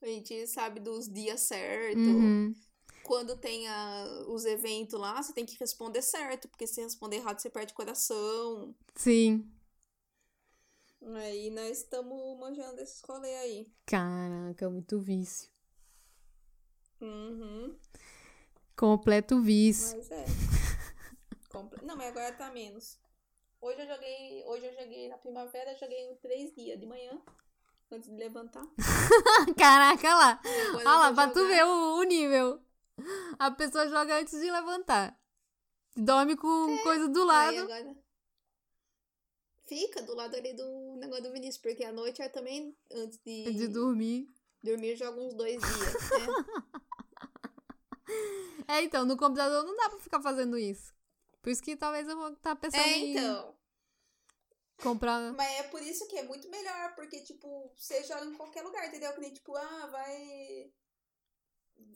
A gente sabe dos dias certos.
uhum.
Quando tem a- os eventos lá, você tem que responder certo, porque se responder errado, você perde coração.
Sim.
Aí nós estamos manjando esses rolês aí.
Caraca, muito vício.
Uhum.
Completo vício.
Mas é. Comple- Não, mas agora tá menos. Hoje eu joguei. Hoje eu joguei na primavera, eu joguei três dias de manhã. Antes de levantar. é?
Caraca lá.
Agora eu
Olha
vou
lá, Ah, pra tu
jogar-
ver o, o nível. A pessoa joga antes de levantar. Dorme com coisa do
É, Aí
lado.
agora- Fica do lado ali do negócio do Vinícius, porque à noite eu também, antes de,
De dormir.
dormir, eu jogo uns dois dias. né?
É, então, no computador não dá pra ficar fazendo isso. Por isso que talvez eu vou estar pensando
é,
em
então.
comprar.
Mas é por isso que é muito melhor, porque, tipo, você joga em qualquer lugar, entendeu? Que nem, tipo, ah, vai.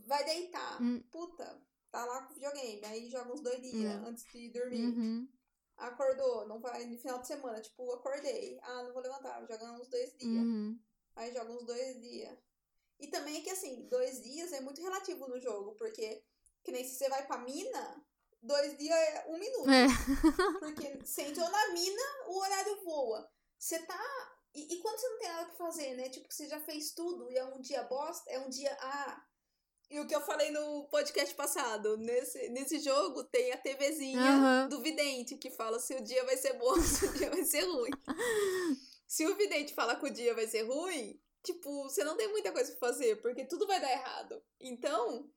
Vai deitar.
Hum.
Puta, tá lá com o videogame. Aí joga uns dois dias
Hum.
antes de dormir.
Uhum.
Acordou, não vai no final de semana, tipo, acordei. Ah, não vou levantar, joga uns dois dias.
Uhum.
Aí joga uns dois dias. E também é que assim, dois dias é muito relativo no jogo, porque que nem se você vai pra mina, dois dias é um minuto.
É.
Porque você entrou na mina, o horário voa. Você tá. E, e quando você não tem nada pra fazer, né? Tipo, que você já fez tudo e é um dia bosta, é um dia. Ah, E o que eu falei no podcast passado, nesse, nesse jogo tem a TVzinha
Aham.
do vidente que fala se o dia vai ser bom, se o dia vai ser ruim. se o vidente fala que o dia vai ser ruim, tipo, você não tem muita coisa pra fazer, porque tudo vai dar errado. Então,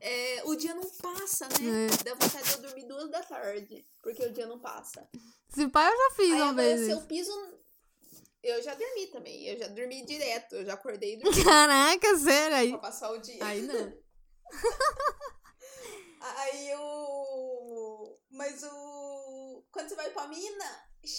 é, o dia não passa, né?
É.
Dá vontade de eu dormir duas da tarde, porque o dia não passa.
Se pai, eu já fiz
Aí
uma vez.
amanheceu
isso.
o piso. Eu já dormi também. Eu já dormi direto. Eu já acordei e dormi
Caraca, sério.
pra
Aí,
passar o dia.
aí não.
Aí eu. Mas o. Quando você vai pra mina,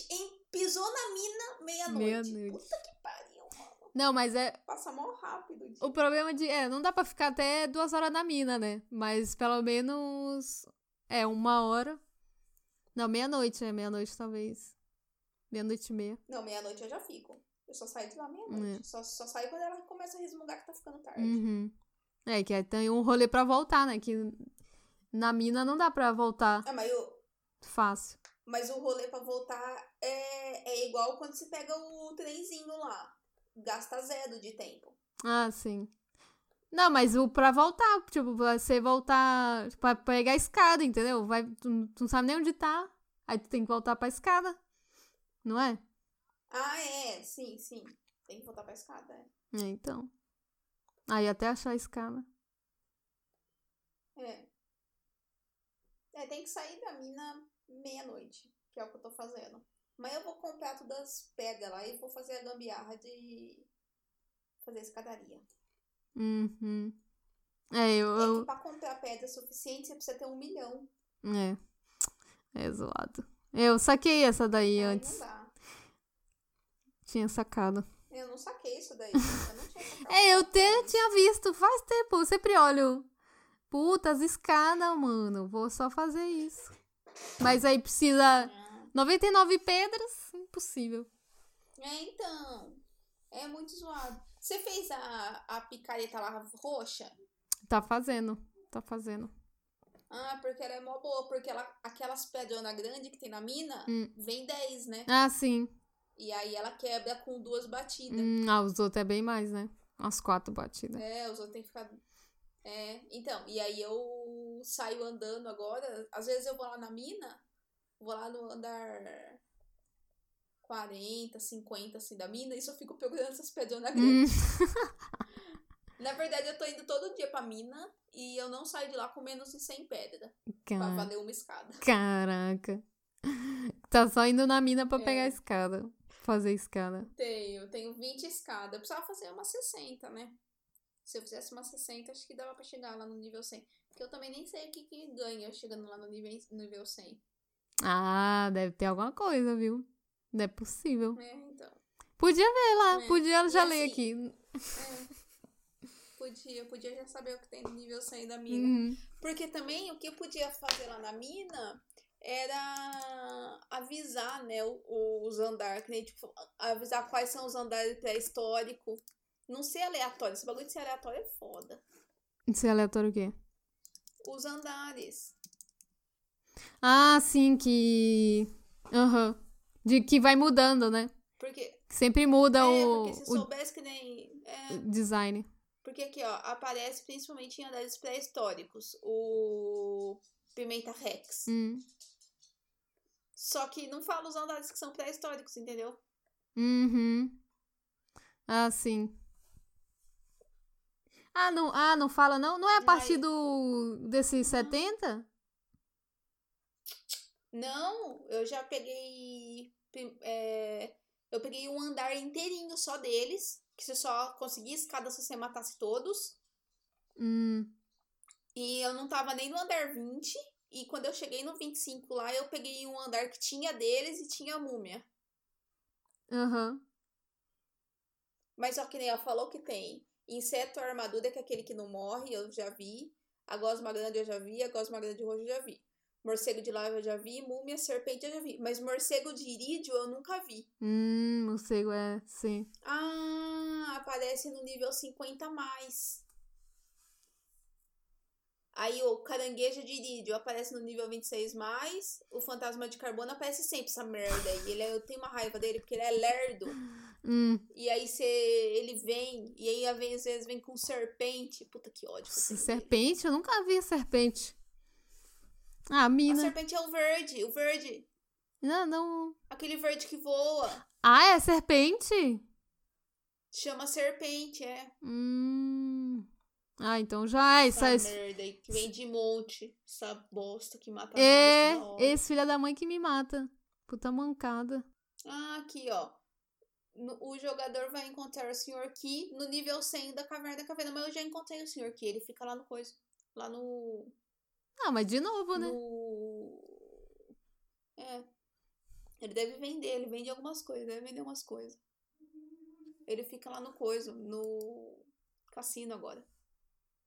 em- pisou na mina meia-noite.
Meia-noite.
Puta que pariu, mano.
Não, mas é.
Passa mal rápido. o dia.
O problema de. É, não dá pra ficar até duas horas na mina, né? Mas pelo menos. É, uma hora. Não, meia-noite, né? Meia-noite talvez. Meia-noite e meia.
Não, meia-noite eu já fico. Eu só saio de lá meia-noite. Só, só saio quando ela começa a resmungar que tá ficando tarde.
Uhum. É, que aí tem um rolê pra voltar, né? Que na mina não dá pra voltar
É, mas eu.
fácil.
Mas o rolê pra voltar é, é igual quando você pega o trenzinho lá. Gasta zero de tempo.
Ah, sim. Não, mas o pra voltar, tipo, pra você voltar tipo, pra pegar a escada, entendeu? Vai, tu, tu não sabe nem onde tá. Aí tu tem que voltar pra escada. Não é?
Ah, é. Sim, sim. Tem que voltar pra escada, é.
É, então. Aí até achar a escada.
É. É, tem que sair da mina meia-noite, que é o que eu tô fazendo. Mas eu vou comprar todas as pedras lá e vou fazer a gambiarra de fazer escadaria.
Uhum. É, eu.
É que
eu
pra comprar pedra suficiente, você precisa ter um milhão.
é. É zoado. Eu saquei essa daí
Aí Não
antes.
dá.
Tinha sacado.
Eu não saquei isso daí. Eu não tinha sacado.
É, eu te, tinha visto faz tempo. Eu sempre olho. Putas, escada, mano. Vou só fazer isso. Mas aí precisa 99 pedras? Impossível.
É, então. É muito zoado. Você fez a, a picareta lá roxa?
Tá fazendo. Tá fazendo.
Ah, porque ela é mó boa, porque ela, aquelas pedrona grande que tem na mina,
Hum.
vem 10, né?
Ah, sim.
E aí ela quebra com duas batidas.
Hum, ah, os outros é bem mais, né? Umas quatro batidas.
É, os outros tem que ficar. É, então, e aí eu saio andando agora. Às vezes eu vou lá na mina, vou lá no andar 40, 50 assim da mina, e só fico procurando essas pedronas grandes.
Hum,
Na verdade, eu tô indo todo dia pra mina e eu não saio de lá com menos de 100 pedras. Pra
cara-
valer uma escada.
caraca. Tá só indo na mina pra
É.
pegar a escada. Fazer escada.
Tenho, tenho 20 escadas. Eu precisava fazer uma 60, né? Se eu fizesse uma 60, acho que dava pra chegar lá no nível 100. Porque eu também nem sei o que, que ganha chegando lá no nível, nível 100.
Ah, deve ter alguma coisa, viu? Não é possível.
É, então.
Podia ver lá,
É.
podia já
E
ler
assim,
aqui.
Podia, podia já saber o que tem no nível 100 da mina.
Uhum.
Porque também o que eu podia fazer lá na mina era avisar, né, o- o- os andares, que nem, tipo, avisar quais são os andares pré-históricos. Não ser aleatório, esse bagulho de ser aleatório é foda.
Isso é aleatório o quê?
Os andares.
Ah, sim, que. Aham. De que vai mudando, né?
Porque,
Que Sempre muda
é,
o,
porque se
o
soubesse que nem. É,
design.
porque aqui, ó, aparece principalmente em andares pré-históricos. O Pimenta Rex.
Hum.
Só que não fala os andares que são pré-históricos, entendeu?
Uhum. Ah, sim. Ah, não, ah, não fala, não? Não é a
Não,
partir
aí-
do. desses 70?
Não, eu já peguei. prim- é, eu peguei um andar inteirinho só deles. Que você só conseguia escada se você matasse todos.
Hum.
E eu não tava nem no andar 20. E quando eu cheguei no 25 lá, eu peguei um andar que tinha deles e tinha a múmia.
Aham.
Mas só que nem ela falou que tem inseto armadura, que é aquele que não morre, eu já vi. A gosma grande eu já vi, a gosma grande roxa eu já vi. Morcego de lava eu já vi, múmia, serpente eu já vi. Mas morcego de irídio eu nunca vi.
Hum, morcego, é, sim.
Ah, aparece no nível 50 a mais. Aí o caranguejo de irídio aparece no nível 26 mais. O fantasma de carbono aparece sempre essa merda aí. Ele é- eu tenho uma raiva dele porque ele é lerdo.
Hum,
E aí cê, ele vem, e aí às vezes vem com serpente. Puta que ódio. que eu tenho.
serpente? Eu nunca vi serpente. Ah,
A
mina.
serpente é o verde, o verde.
Não, não.
Aquele verde que voa.
Ah, é serpente?
Chama serpente, é.
Hum. Ah, então já é isso.
Essa
é isso.
merda aí que vem de monte. Essa bosta que mata
É,
nós na hora.
esse filho da mãe que me mata. Puta mancada.
Ah, aqui, ó. No- O jogador vai encontrar o Sr. Key no nível 100 da Caverna da Caverna. Mas eu já encontrei o Sr. Key. Ele fica lá no coisa. Lá no.
Ah, mas de novo, né?
no... É. Ele deve vender, ele vende algumas coisas, deve vender algumas coisas. Ele fica lá no coisa, no cassino agora.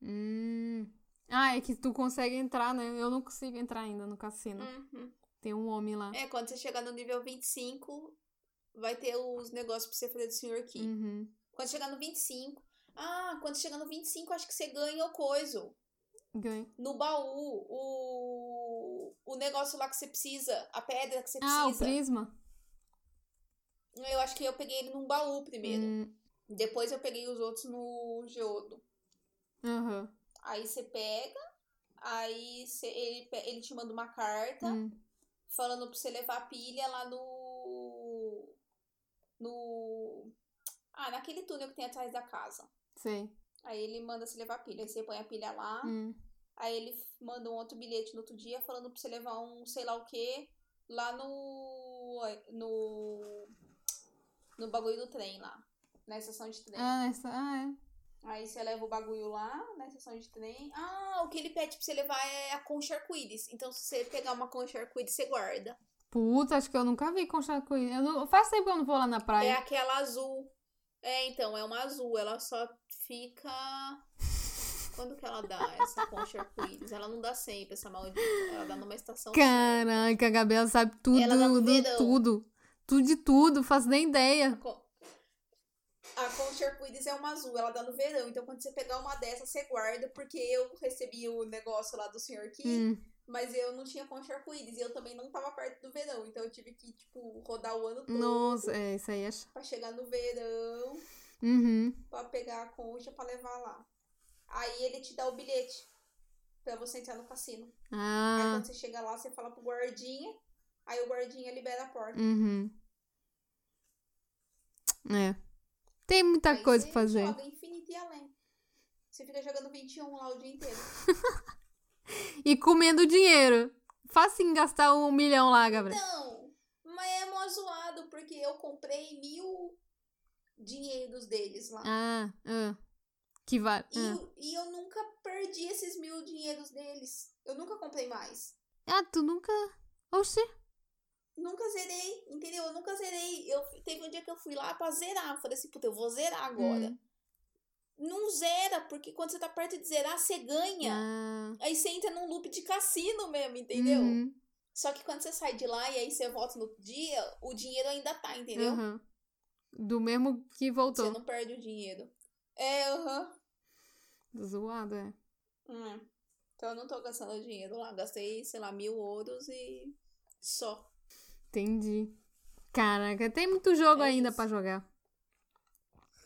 Hum. Ah, é que tu consegue entrar, né? Eu não consigo entrar ainda no cassino.
Uhum.
Tem um homem lá.
É, quando você chegar no nível 25, vai ter os negócios pra você fazer do Sr. Key.
Uhum.
Quando chegar no 25. Ah, quando chegar no 25, acho que você ganha o coisa.
Ganha.
No baú, o, o negócio lá que você precisa, a pedra que você
Ah, o
precisa.
prisma.
eu acho que eu peguei ele num baú primeiro.
Hum,
Depois eu peguei os outros no geodo.
aham.
Aí você pega, aí você- ele, pe- ele te manda uma carta
Hum.
falando pra você levar a pilha lá no. No. Ah, naquele túnel que tem atrás da casa.
Sei.
Aí ele manda você levar a pilha. Aí você põe a pilha lá.
Hum.
Aí ele f- manda um outro bilhete no outro dia falando pra você levar um sei lá o que lá no. No. No bagulho do trem lá. Na estação de trem.
Ah, essa. Ah, é.
Aí você leva o bagulho lá na estação de trem. Ah, o que ele pede pra você levar é a concha arco-íris. Então, se você pegar uma concha arco-íris, você guarda.
Puta, acho que eu nunca vi concha arco-íris. Eu não... Faz tempo que eu não vou lá na
É
praia.
aquela azul. É, então, é uma azul. Ela só fica. Quando que ela dá essa concha arco-íris? Ela não dá sempre, essa maldita. Ela dá numa estação. só.
Caraca, a Gabriela sabe tudo,
Ela dá no
do
verão.
tudo. Tudo de tudo, faço nem
A
ideia.
con- A concha arco-íris é uma azul, ela dá no verão. Então, quando você pegar uma dessa, você guarda, porque eu recebi o negócio lá do senhor que.
Hum.
Mas eu não tinha concha arco-íris e eu também não tava perto do verão. Então eu tive que, tipo, rodar o ano todo
Nossa, é, isso aí é. ch-
pra chegar no verão,
Uhum.
pra pegar a concha pra levar lá. Aí ele te dá o bilhete pra você entrar no cassino. Aí
Ah.
quando você chega lá, você fala pro guardinha, aí o guardinha libera a porta.
Uhum. É. Tem muita
Aí
coisa
você
pra fazer.
Joga infinito e além. Você fica jogando 21 lá o dia inteiro.
E comendo dinheiro. Fácil em gastar um milhão lá, Gabriela.
Não, mas é mó zoado, porque eu comprei mil dinheiros deles lá.
Ah, ah. Que vale. Ah.
E, eu- e eu nunca perdi esses mil dinheiros deles. Eu nunca comprei mais.
Ah. Ah, tu nunca. Oxi.
Nunca zerei, entendeu? Eu nunca zerei. Eu, teve um dia que eu fui lá pra zerar. Eu falei assim, puta, eu vou zerar agora.
Hum.
Não zera, porque quando você tá perto de zerar, você ganha.
Ah.
Aí você entra num loop de cassino mesmo, entendeu?
Uhum.
Só que quando você sai de lá e aí você volta no outro dia, o dinheiro ainda tá, entendeu?
Aham. Do mesmo que
Você
voltou.
não perde o dinheiro. É, aham.
Zoado, é.
Hum. Então eu não tô gastando dinheiro lá. Gastei, sei lá, mil ouros e só.
Entendi. Caraca, tem muito jogo
É
ainda
isso.
pra jogar.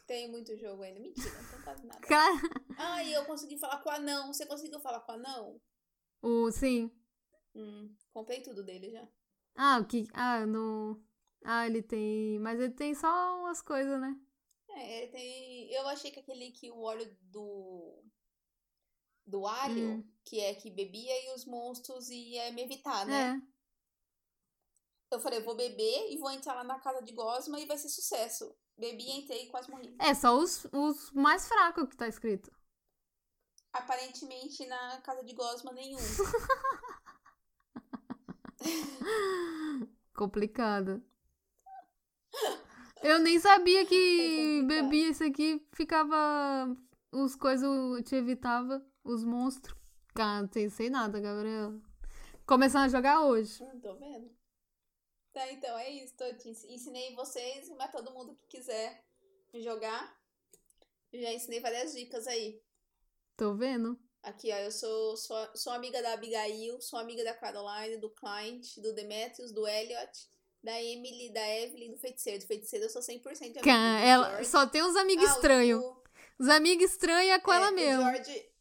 Tem muito jogo ainda. Mentira, não tem quase nada.
Cara,
Ah, e eu consegui falar com o anão. Você conseguiu falar com o anão?
o sim.
Hum, comprei tudo dele já.
Ah, o que. Ah, não. Ah, ele tem. Mas ele tem só umas coisas, né?
É, ele tem. Eu achei que aquele que o óleo do. Do alho, que é que bebia e os monstros ia me evitar, né?
É.
Eu falei, eu vou beber e vou entrar lá na casa de Gosma e vai ser sucesso. Bebi, entrei e quase morri.
É só os, os mais fracos que tá escrito.
Aparentemente na casa de Gosma nenhum.
Complicado. Eu nem sabia que
É complicado.
bebia isso aqui, ficava. Os coisas te evitava, os monstros. Cara, não sei, sei nada, Gabriela. Começando a jogar hoje.
Não tô vendo. Tá, então é isso. Eu te ens- ensinei vocês, mas todo mundo que quiser jogar, eu já ensinei várias dicas aí.
Tô vendo.
Aqui, ó, eu sou, sou, sou amiga da Abigail, sou amiga da Caroline, do Client, do Demetrius, do Elliot, da Emily, da Evelyn, do feiticeiro. Do feiticeiro eu sou 100% amiga. do
Cara, é ela um
George.
só tem uns amigos
É Ah, o
estranhos.
Ju-
Os amigos estranhos é com
é,
ela
o
mesmo.
George-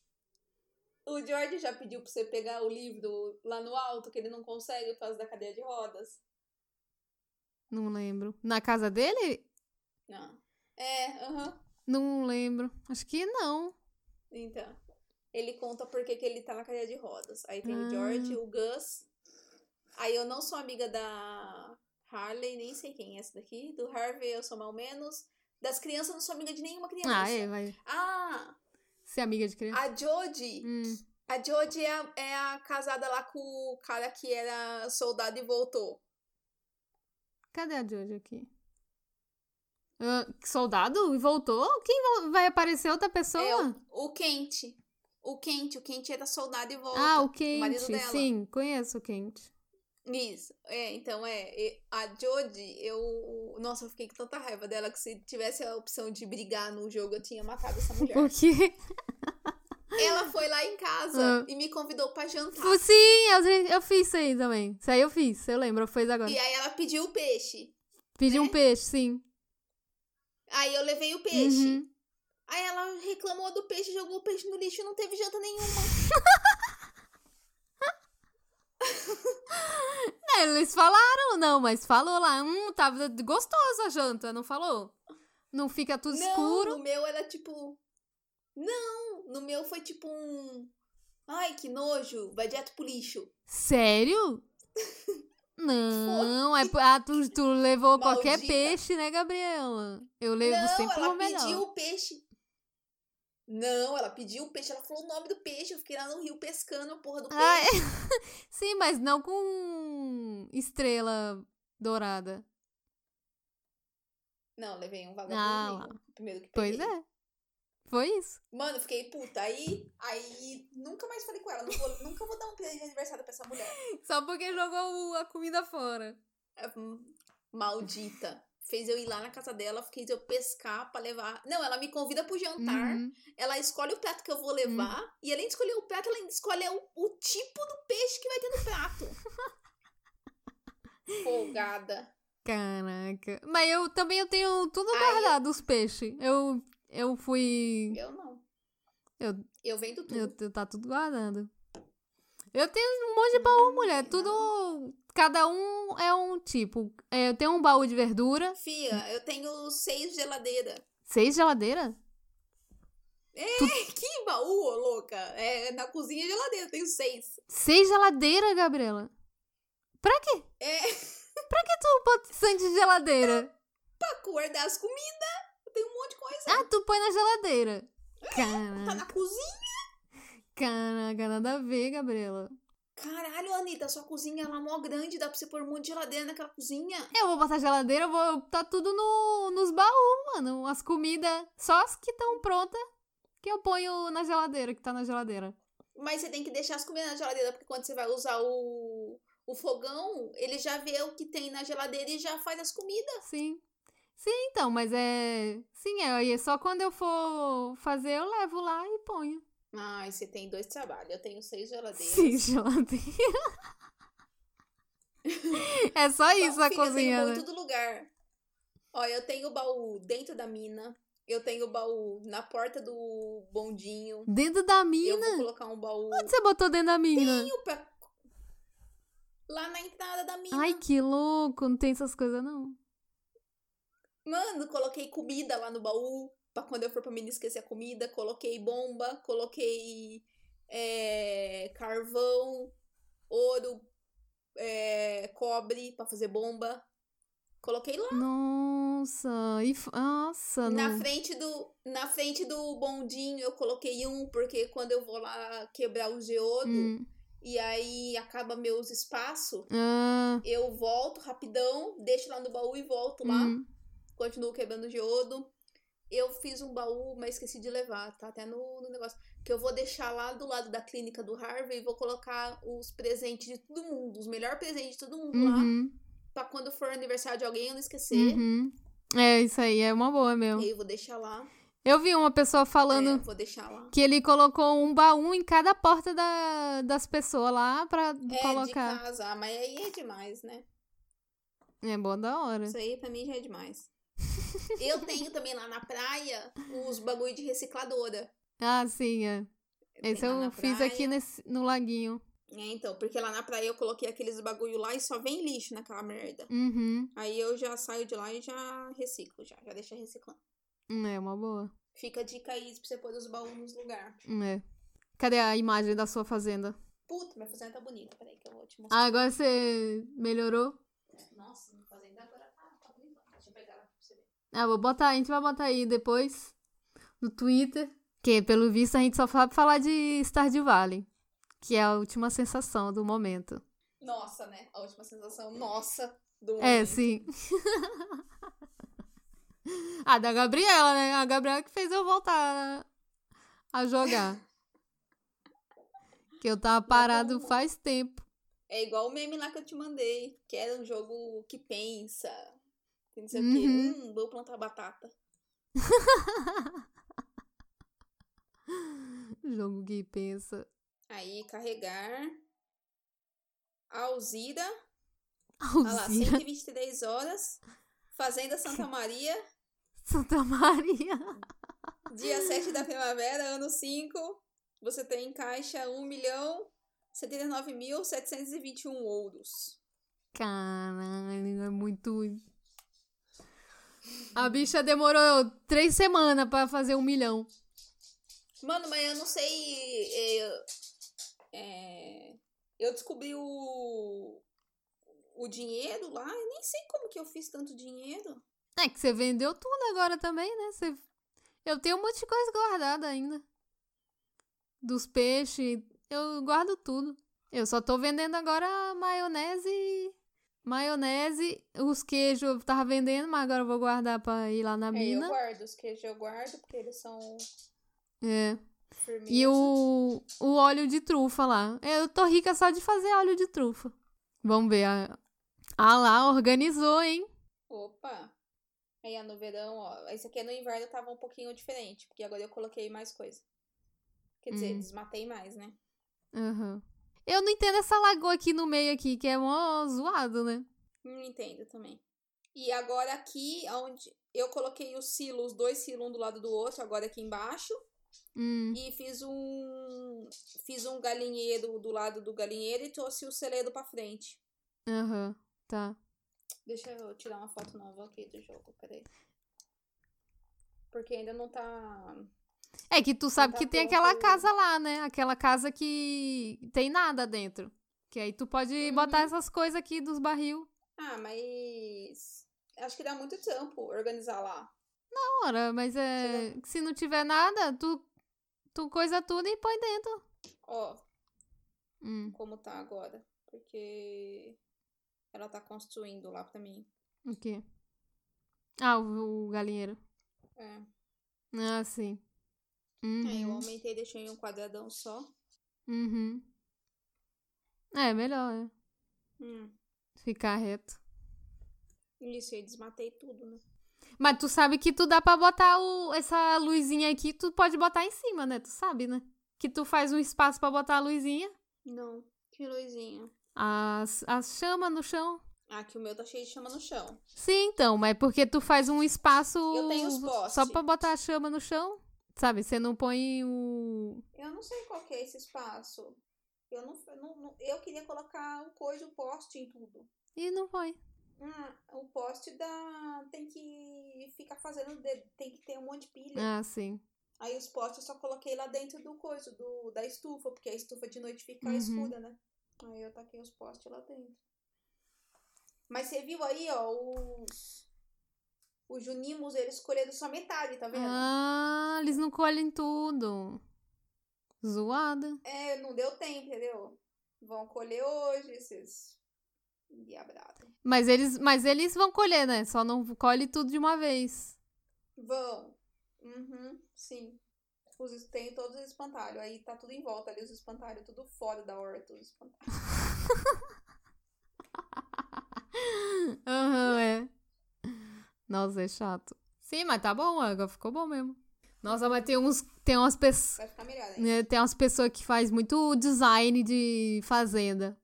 o George já pediu pra você pegar o livro lá no alto, que ele não consegue por causa da cadeia de rodas.
Não lembro. Na casa dele?
Não. É, aham.
Não lembro. Acho que não.
Então. Ele conta por que que ele tá na cadeia de rodas. Aí tem
Ah.
o George, o Gus. Aí eu não sou amiga da Harley, nem sei quem é essa daqui. Do Harvey eu sou mal menos. Das crianças eu não sou amiga de nenhuma criança.
Ah, é, vai
Ah,
ser amiga de criança.
a Jodie.
Hum.
A Jodie é a, é a casada lá com o cara que era soldado e voltou.
Cadê a Jojo aqui? Ah, que soldado? E voltou? Quem vo- vai aparecer outra pessoa?
É o, o Kent. O Kent. O Kent era soldado e voltou.
ah, o
marido
Quente.
dela.
Sim, conheço o Quente.
Isso, é, então é. e- A Jodie, eu. Nossa, eu fiquei com tanta raiva dela que se tivesse a opção de brigar no jogo, eu tinha matado essa mulher.
Porque.
Ela foi lá em casa
Ah.
e me convidou pra jantar.
Fu- Sim, eu, eu fiz isso aí também. Isso aí eu fiz, eu lembro, eu fiz agora.
E é, né? aí ela pediu o peixe.
Pedi um peixe, sim.
Aí eu levei o peixe.
Uhum.
Aí ela reclamou do peixe, jogou o peixe no lixo e não teve janta nenhuma.
É, eles falaram, não, mas falou lá. Hum, tava gostosa a janta, não falou? Não fica tudo
não,
escuro.
no meu era tipo. Não, no meu foi tipo um. Ai, que nojo, vai direto pro lixo.
Sério? Não, é. por- Ah, tu, tu levou qualquer
Maldita.
peixe, né, Gabriela? Eu levo
não,
sempre
ela
o melhor.
pediu o peixe. Não, ela pediu o peixe, ela falou o nome do peixe, eu fiquei lá no rio pescando a porra do peixe.
Ah, é. Sim, mas não com estrela dourada.
Não, levei um
Ah,
vagabundo. amigo, primeiro que
Pois
peguei.
é. Foi isso.
Mano, eu fiquei puta. Aí, aí nunca mais falei com ela. Não vou- nunca vou dar um presente de aniversário pra essa mulher.
Só porque jogou o- a comida fora.
É, hum, Maldita. Fez eu ir lá na casa dela, fez eu pescar pra levar. Não, ela me convida pro jantar.
Uhum.
Ela escolhe o prato que eu vou levar. E além de escolher o prato, ela ainda escolhe o, o tipo do peixe que vai ter no prato. Folgada.
Caraca. Mas eu também eu tenho tudo guardado, os peixes. Eu, eu fui.
Eu não.
Eu-
eu vendo tudo.
Eu, eu- tá tudo guardado. Eu tenho um monte de baú, mulher. Tudo. Cada um é um tipo. É, eu tenho um baú de verdura.
Fia, eu tenho seis geladeiras.
Seis geladeira?
Que baú, ô louca! É, na cozinha é geladeira, eu tenho seis.
Seis geladeira, Gabriela. Pra quê?
É,
Tu bota sangue de geladeira.
pra guardar as comidas, eu tenho um monte de coisa.
Ah, tu põe na geladeira.
Tá
Caraca,
na cozinha?
caraca, nada a ver, Gabriela.
Caralho, Anitta, sua cozinha ela é mó grande, dá pra você pôr um monte de geladeira naquela cozinha.
Eu vou botar geladeira, eu vou botar tudo no, nos baús, mano. As comidas, só as que estão prontas, que eu ponho na geladeira, que tá na geladeira.
Mas você tem que deixar as comidas na geladeira, porque quando você vai usar o, o fogão, ele já vê o que tem na geladeira e já faz as comidas.
Sim. Sim, então, mas é. Sim, é. aí é só quando eu for fazer, eu levo lá e ponho.
Ai, você tem dois trabalhos. Eu tenho seis geladeiras.
Sim, geladeira. é só isso a
Fica, Eu tenho
cozinha.
baú em
né?
todo lugar. Ó, eu tenho baú dentro da mina. Eu tenho baú na porta do bondinho.
Dentro da
Eu vou
mina?
colocar um baú
Onde você botou dentro da mina?
pra- lá na entrada da mina.
Ai, que louco. Não tem essas coisas, não.
Mano, coloquei comida lá no baú, pra quando eu for pra mim não esquecer a comida. Coloquei bomba, coloquei é, carvão, ouro, é, cobre pra fazer bomba. Coloquei lá
Nossa. E... f- Nossa,
na
Ah, não.
frente do na frente do bondinho. Eu coloquei um porque quando eu vou lá quebrar o geodo
Hum.
e aí acaba meus espaços,
Ah,
eu volto rapidão, deixo lá no baú e volto lá.
hum.
continuo quebrando diodo. Eu fiz um baú, mas esqueci de levar, tá até no, no negócio. Que eu vou deixar lá do lado da clínica do Harvey e vou colocar os presentes de todo mundo, os melhores presentes de todo mundo lá,
Uhum,
pra quando for aniversário de alguém eu não esquecer.
uhum. É isso aí, é uma boa
E
mesmo.
aí eu vou deixar lá.
Eu vi uma pessoa falando
É, vou deixar lá.
Que ele colocou um baú em cada porta da- das pessoas lá pra
É, de
colocar.
casa, ah, mas aí é demais, né?
É bom da hora.
Isso aí pra mim já é demais. Eu tenho também lá na praia os bagulho de recicladora.
Ah, sim, é.
tenho
Esse
lá
eu
na
fiz
praia.
aqui nesse, no laguinho.
É, então, porque lá na praia eu coloquei aqueles bagulho lá e só vem lixo naquela merda.
Uhum.
Aí eu já saio de lá e já reciclo, já, já deixa reciclando.
Hum, É uma boa.
Fica a dica aí pra você pôr os baús nos lugares.
Hum, É. Cadê a imagem da sua fazenda?
Puta, minha fazenda tá bonita. Peraí que eu vou te mostrar.
Ah, agora você melhorou?
Nossa, minha fazenda agora tá, tá bonita. Deixa eu pegar ela pra você ver.
Ah, vou botar, a gente vai botar aí depois no Twitter. Que pelo visto a gente só sabe falar de Stardew Valley, que é a última sensação do momento.
Nossa, né? A última sensação nossa do
É,
momento.
sim. a da Gabriela, né? A Gabriela que fez eu voltar a jogar. que eu tava parado
bom.
faz tempo.
É igual o meme lá que eu te mandei, que era um jogo que pensa. Que não sei o quê.
Uhum.
Hum, vou plantar batata.
Jogo que pensa.
Aí, carregar. Alzira. Olha lá,
Alzira
123 horas. Fazenda Santa Maria.
Santa Maria.
Dia 7 da primavera, ano 5. Você tem em caixa 1 milhão 79.721 ouros.
Caralho, é muito. A bicha demorou três semanas pra fazer um milhão.
Mano, mas eu não sei. Eu, é, eu descobri o, o dinheiro lá. Eu nem sei como que eu fiz tanto dinheiro.
É que você vendeu tudo agora também, né? Você- Eu tenho um monte de coisa guardada ainda. Dos peixes. Eu guardo tudo. Eu só tô vendendo agora maionese. Maionese, os queijos eu tava vendendo, mas agora eu vou guardar pra ir lá na
É, eu
mina.
guardo. Os queijos eu guardo, porque eles são
É.
firmeza.
E o, o óleo de trufa lá. Eu tô rica só de fazer óleo de trufa. Vamos ver. a- Ah lá, organizou, hein?
Opa! Aí, ó, no verão, ó. Esse aqui no inverno tava um pouquinho diferente, porque agora eu coloquei mais coisa. Quer dizer,
Hum.
desmatei mais, né?
Aham. Eu não entendo essa lagoa aqui no meio aqui, que é mó zoado, né?
Não entendo também. E agora aqui, onde eu coloquei os silos, dois silos um do lado do outro, agora aqui embaixo.
Hum,
E fiz um. Fiz um galinheiro do lado do galinheiro e trouxe o celeiro pra frente.
aham, tá.
Deixa eu tirar uma foto nova aqui do jogo, peraí. Porque ainda não tá.
É que tu sabe
tá
que tem
pronto
aquela
o-
casa lá, né? Aquela casa que tem nada dentro. Que aí tu pode botar essas coisas aqui dos barril.
Ah, mas. Acho que dá muito tempo organizar lá.
Ora, mas é. Se não tiver nada, tu, tu coisa tudo e põe dentro.
Ó,
Hum,
como tá agora. Porque. Ela tá construindo lá pra mim.
o quê? Ah, o, o galinheiro.
É.
Ah, sim.
Aí eu
Uhum.
aumentei e deixei em um quadradão só.
uhum. É, melhor né?
Hum.
ficar reto.
Isso, eu desmatei tudo, né?
Mas tu sabe que tu dá pra botar o, essa luzinha aqui, tu pode botar em cima, né? Tu sabe, né? Que tu faz um espaço pra botar a luzinha,
Não. Que luzinha.
as, as chamas no chão.
Ah, que o meu tá cheio de chama no chão.
Sim, então, mas porque tu faz um espaço
Eu tenho os
só
postes.
pra botar a chama no chão, sabe? Você não põe o.
Eu não sei qual que é esse espaço. Eu não, eu não- não- eu queria colocar o coisa, o poste em tudo.
E não põe.
Ah, o poste dá, tem que ficar fazendo, de- tem que ter um monte de pilha.
Ah, sim.
Aí os postes eu só coloquei lá dentro do coisa, do, da estufa, porque a estufa de noite fica
Uhum.
escura, né? Aí eu taquei os postes lá dentro. Mas você viu aí, ó, os, os junimos, eles colheram só metade, tá vendo?
Ah, eles não colhem tudo. Zoada.
É, não deu tempo, entendeu? Vão colher hoje esses diabrados.
Mas eles, mas eles vão colher, né? Só não colhe tudo de uma vez.
Vão. Uhum, sim. Os, es- tem todos os espantalhos. Aí tá tudo em volta ali, os espantalhos, tudo fora da horta, os espantalhos.
Aham, é. Nossa, é chato. Sim, mas tá bom, agora ficou bom mesmo. Nossa, mas tem uns, tem umas pessoas,
Vai ficar melhor, né?
né, tem umas pessoas que faz muito design de fazenda.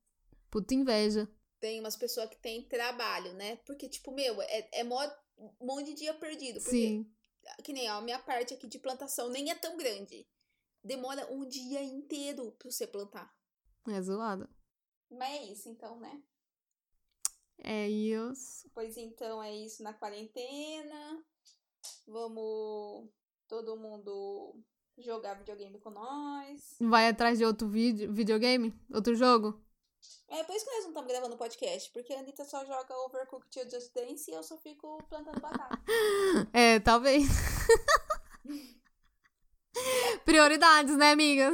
Puta inveja.
tem umas pessoas que tem trabalho, né? Porque, tipo, meu, é, é mó, um monte de dia perdido. Porque,
Sim.
que nem a minha parte aqui de plantação nem é tão grande. Demora um dia inteiro pra você plantar.
É zoado.
Mas é isso, então, né?
É isso.
Pois então é isso na quarentena. Vamos todo mundo jogar videogame com nós.
Vai atrás de outro vídeo, videogame? Outro jogo?
É por isso que nós não estamos gravando podcast, porque a Anitta só joga Overcooked e Just Dance e eu só fico plantando batata.
É, talvez. Prioridades, né, amiga?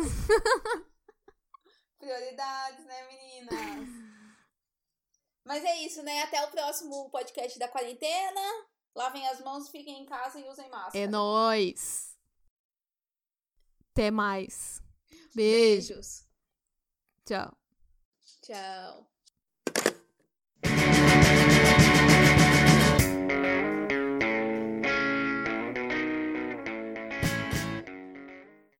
Prioridades, né, meninas? Mas é isso, né? Até o próximo podcast da quarentena. Lavem as mãos, fiquem em casa e usem máscara.
É nóis. Até mais. Beijo. Tchau.
Tchau.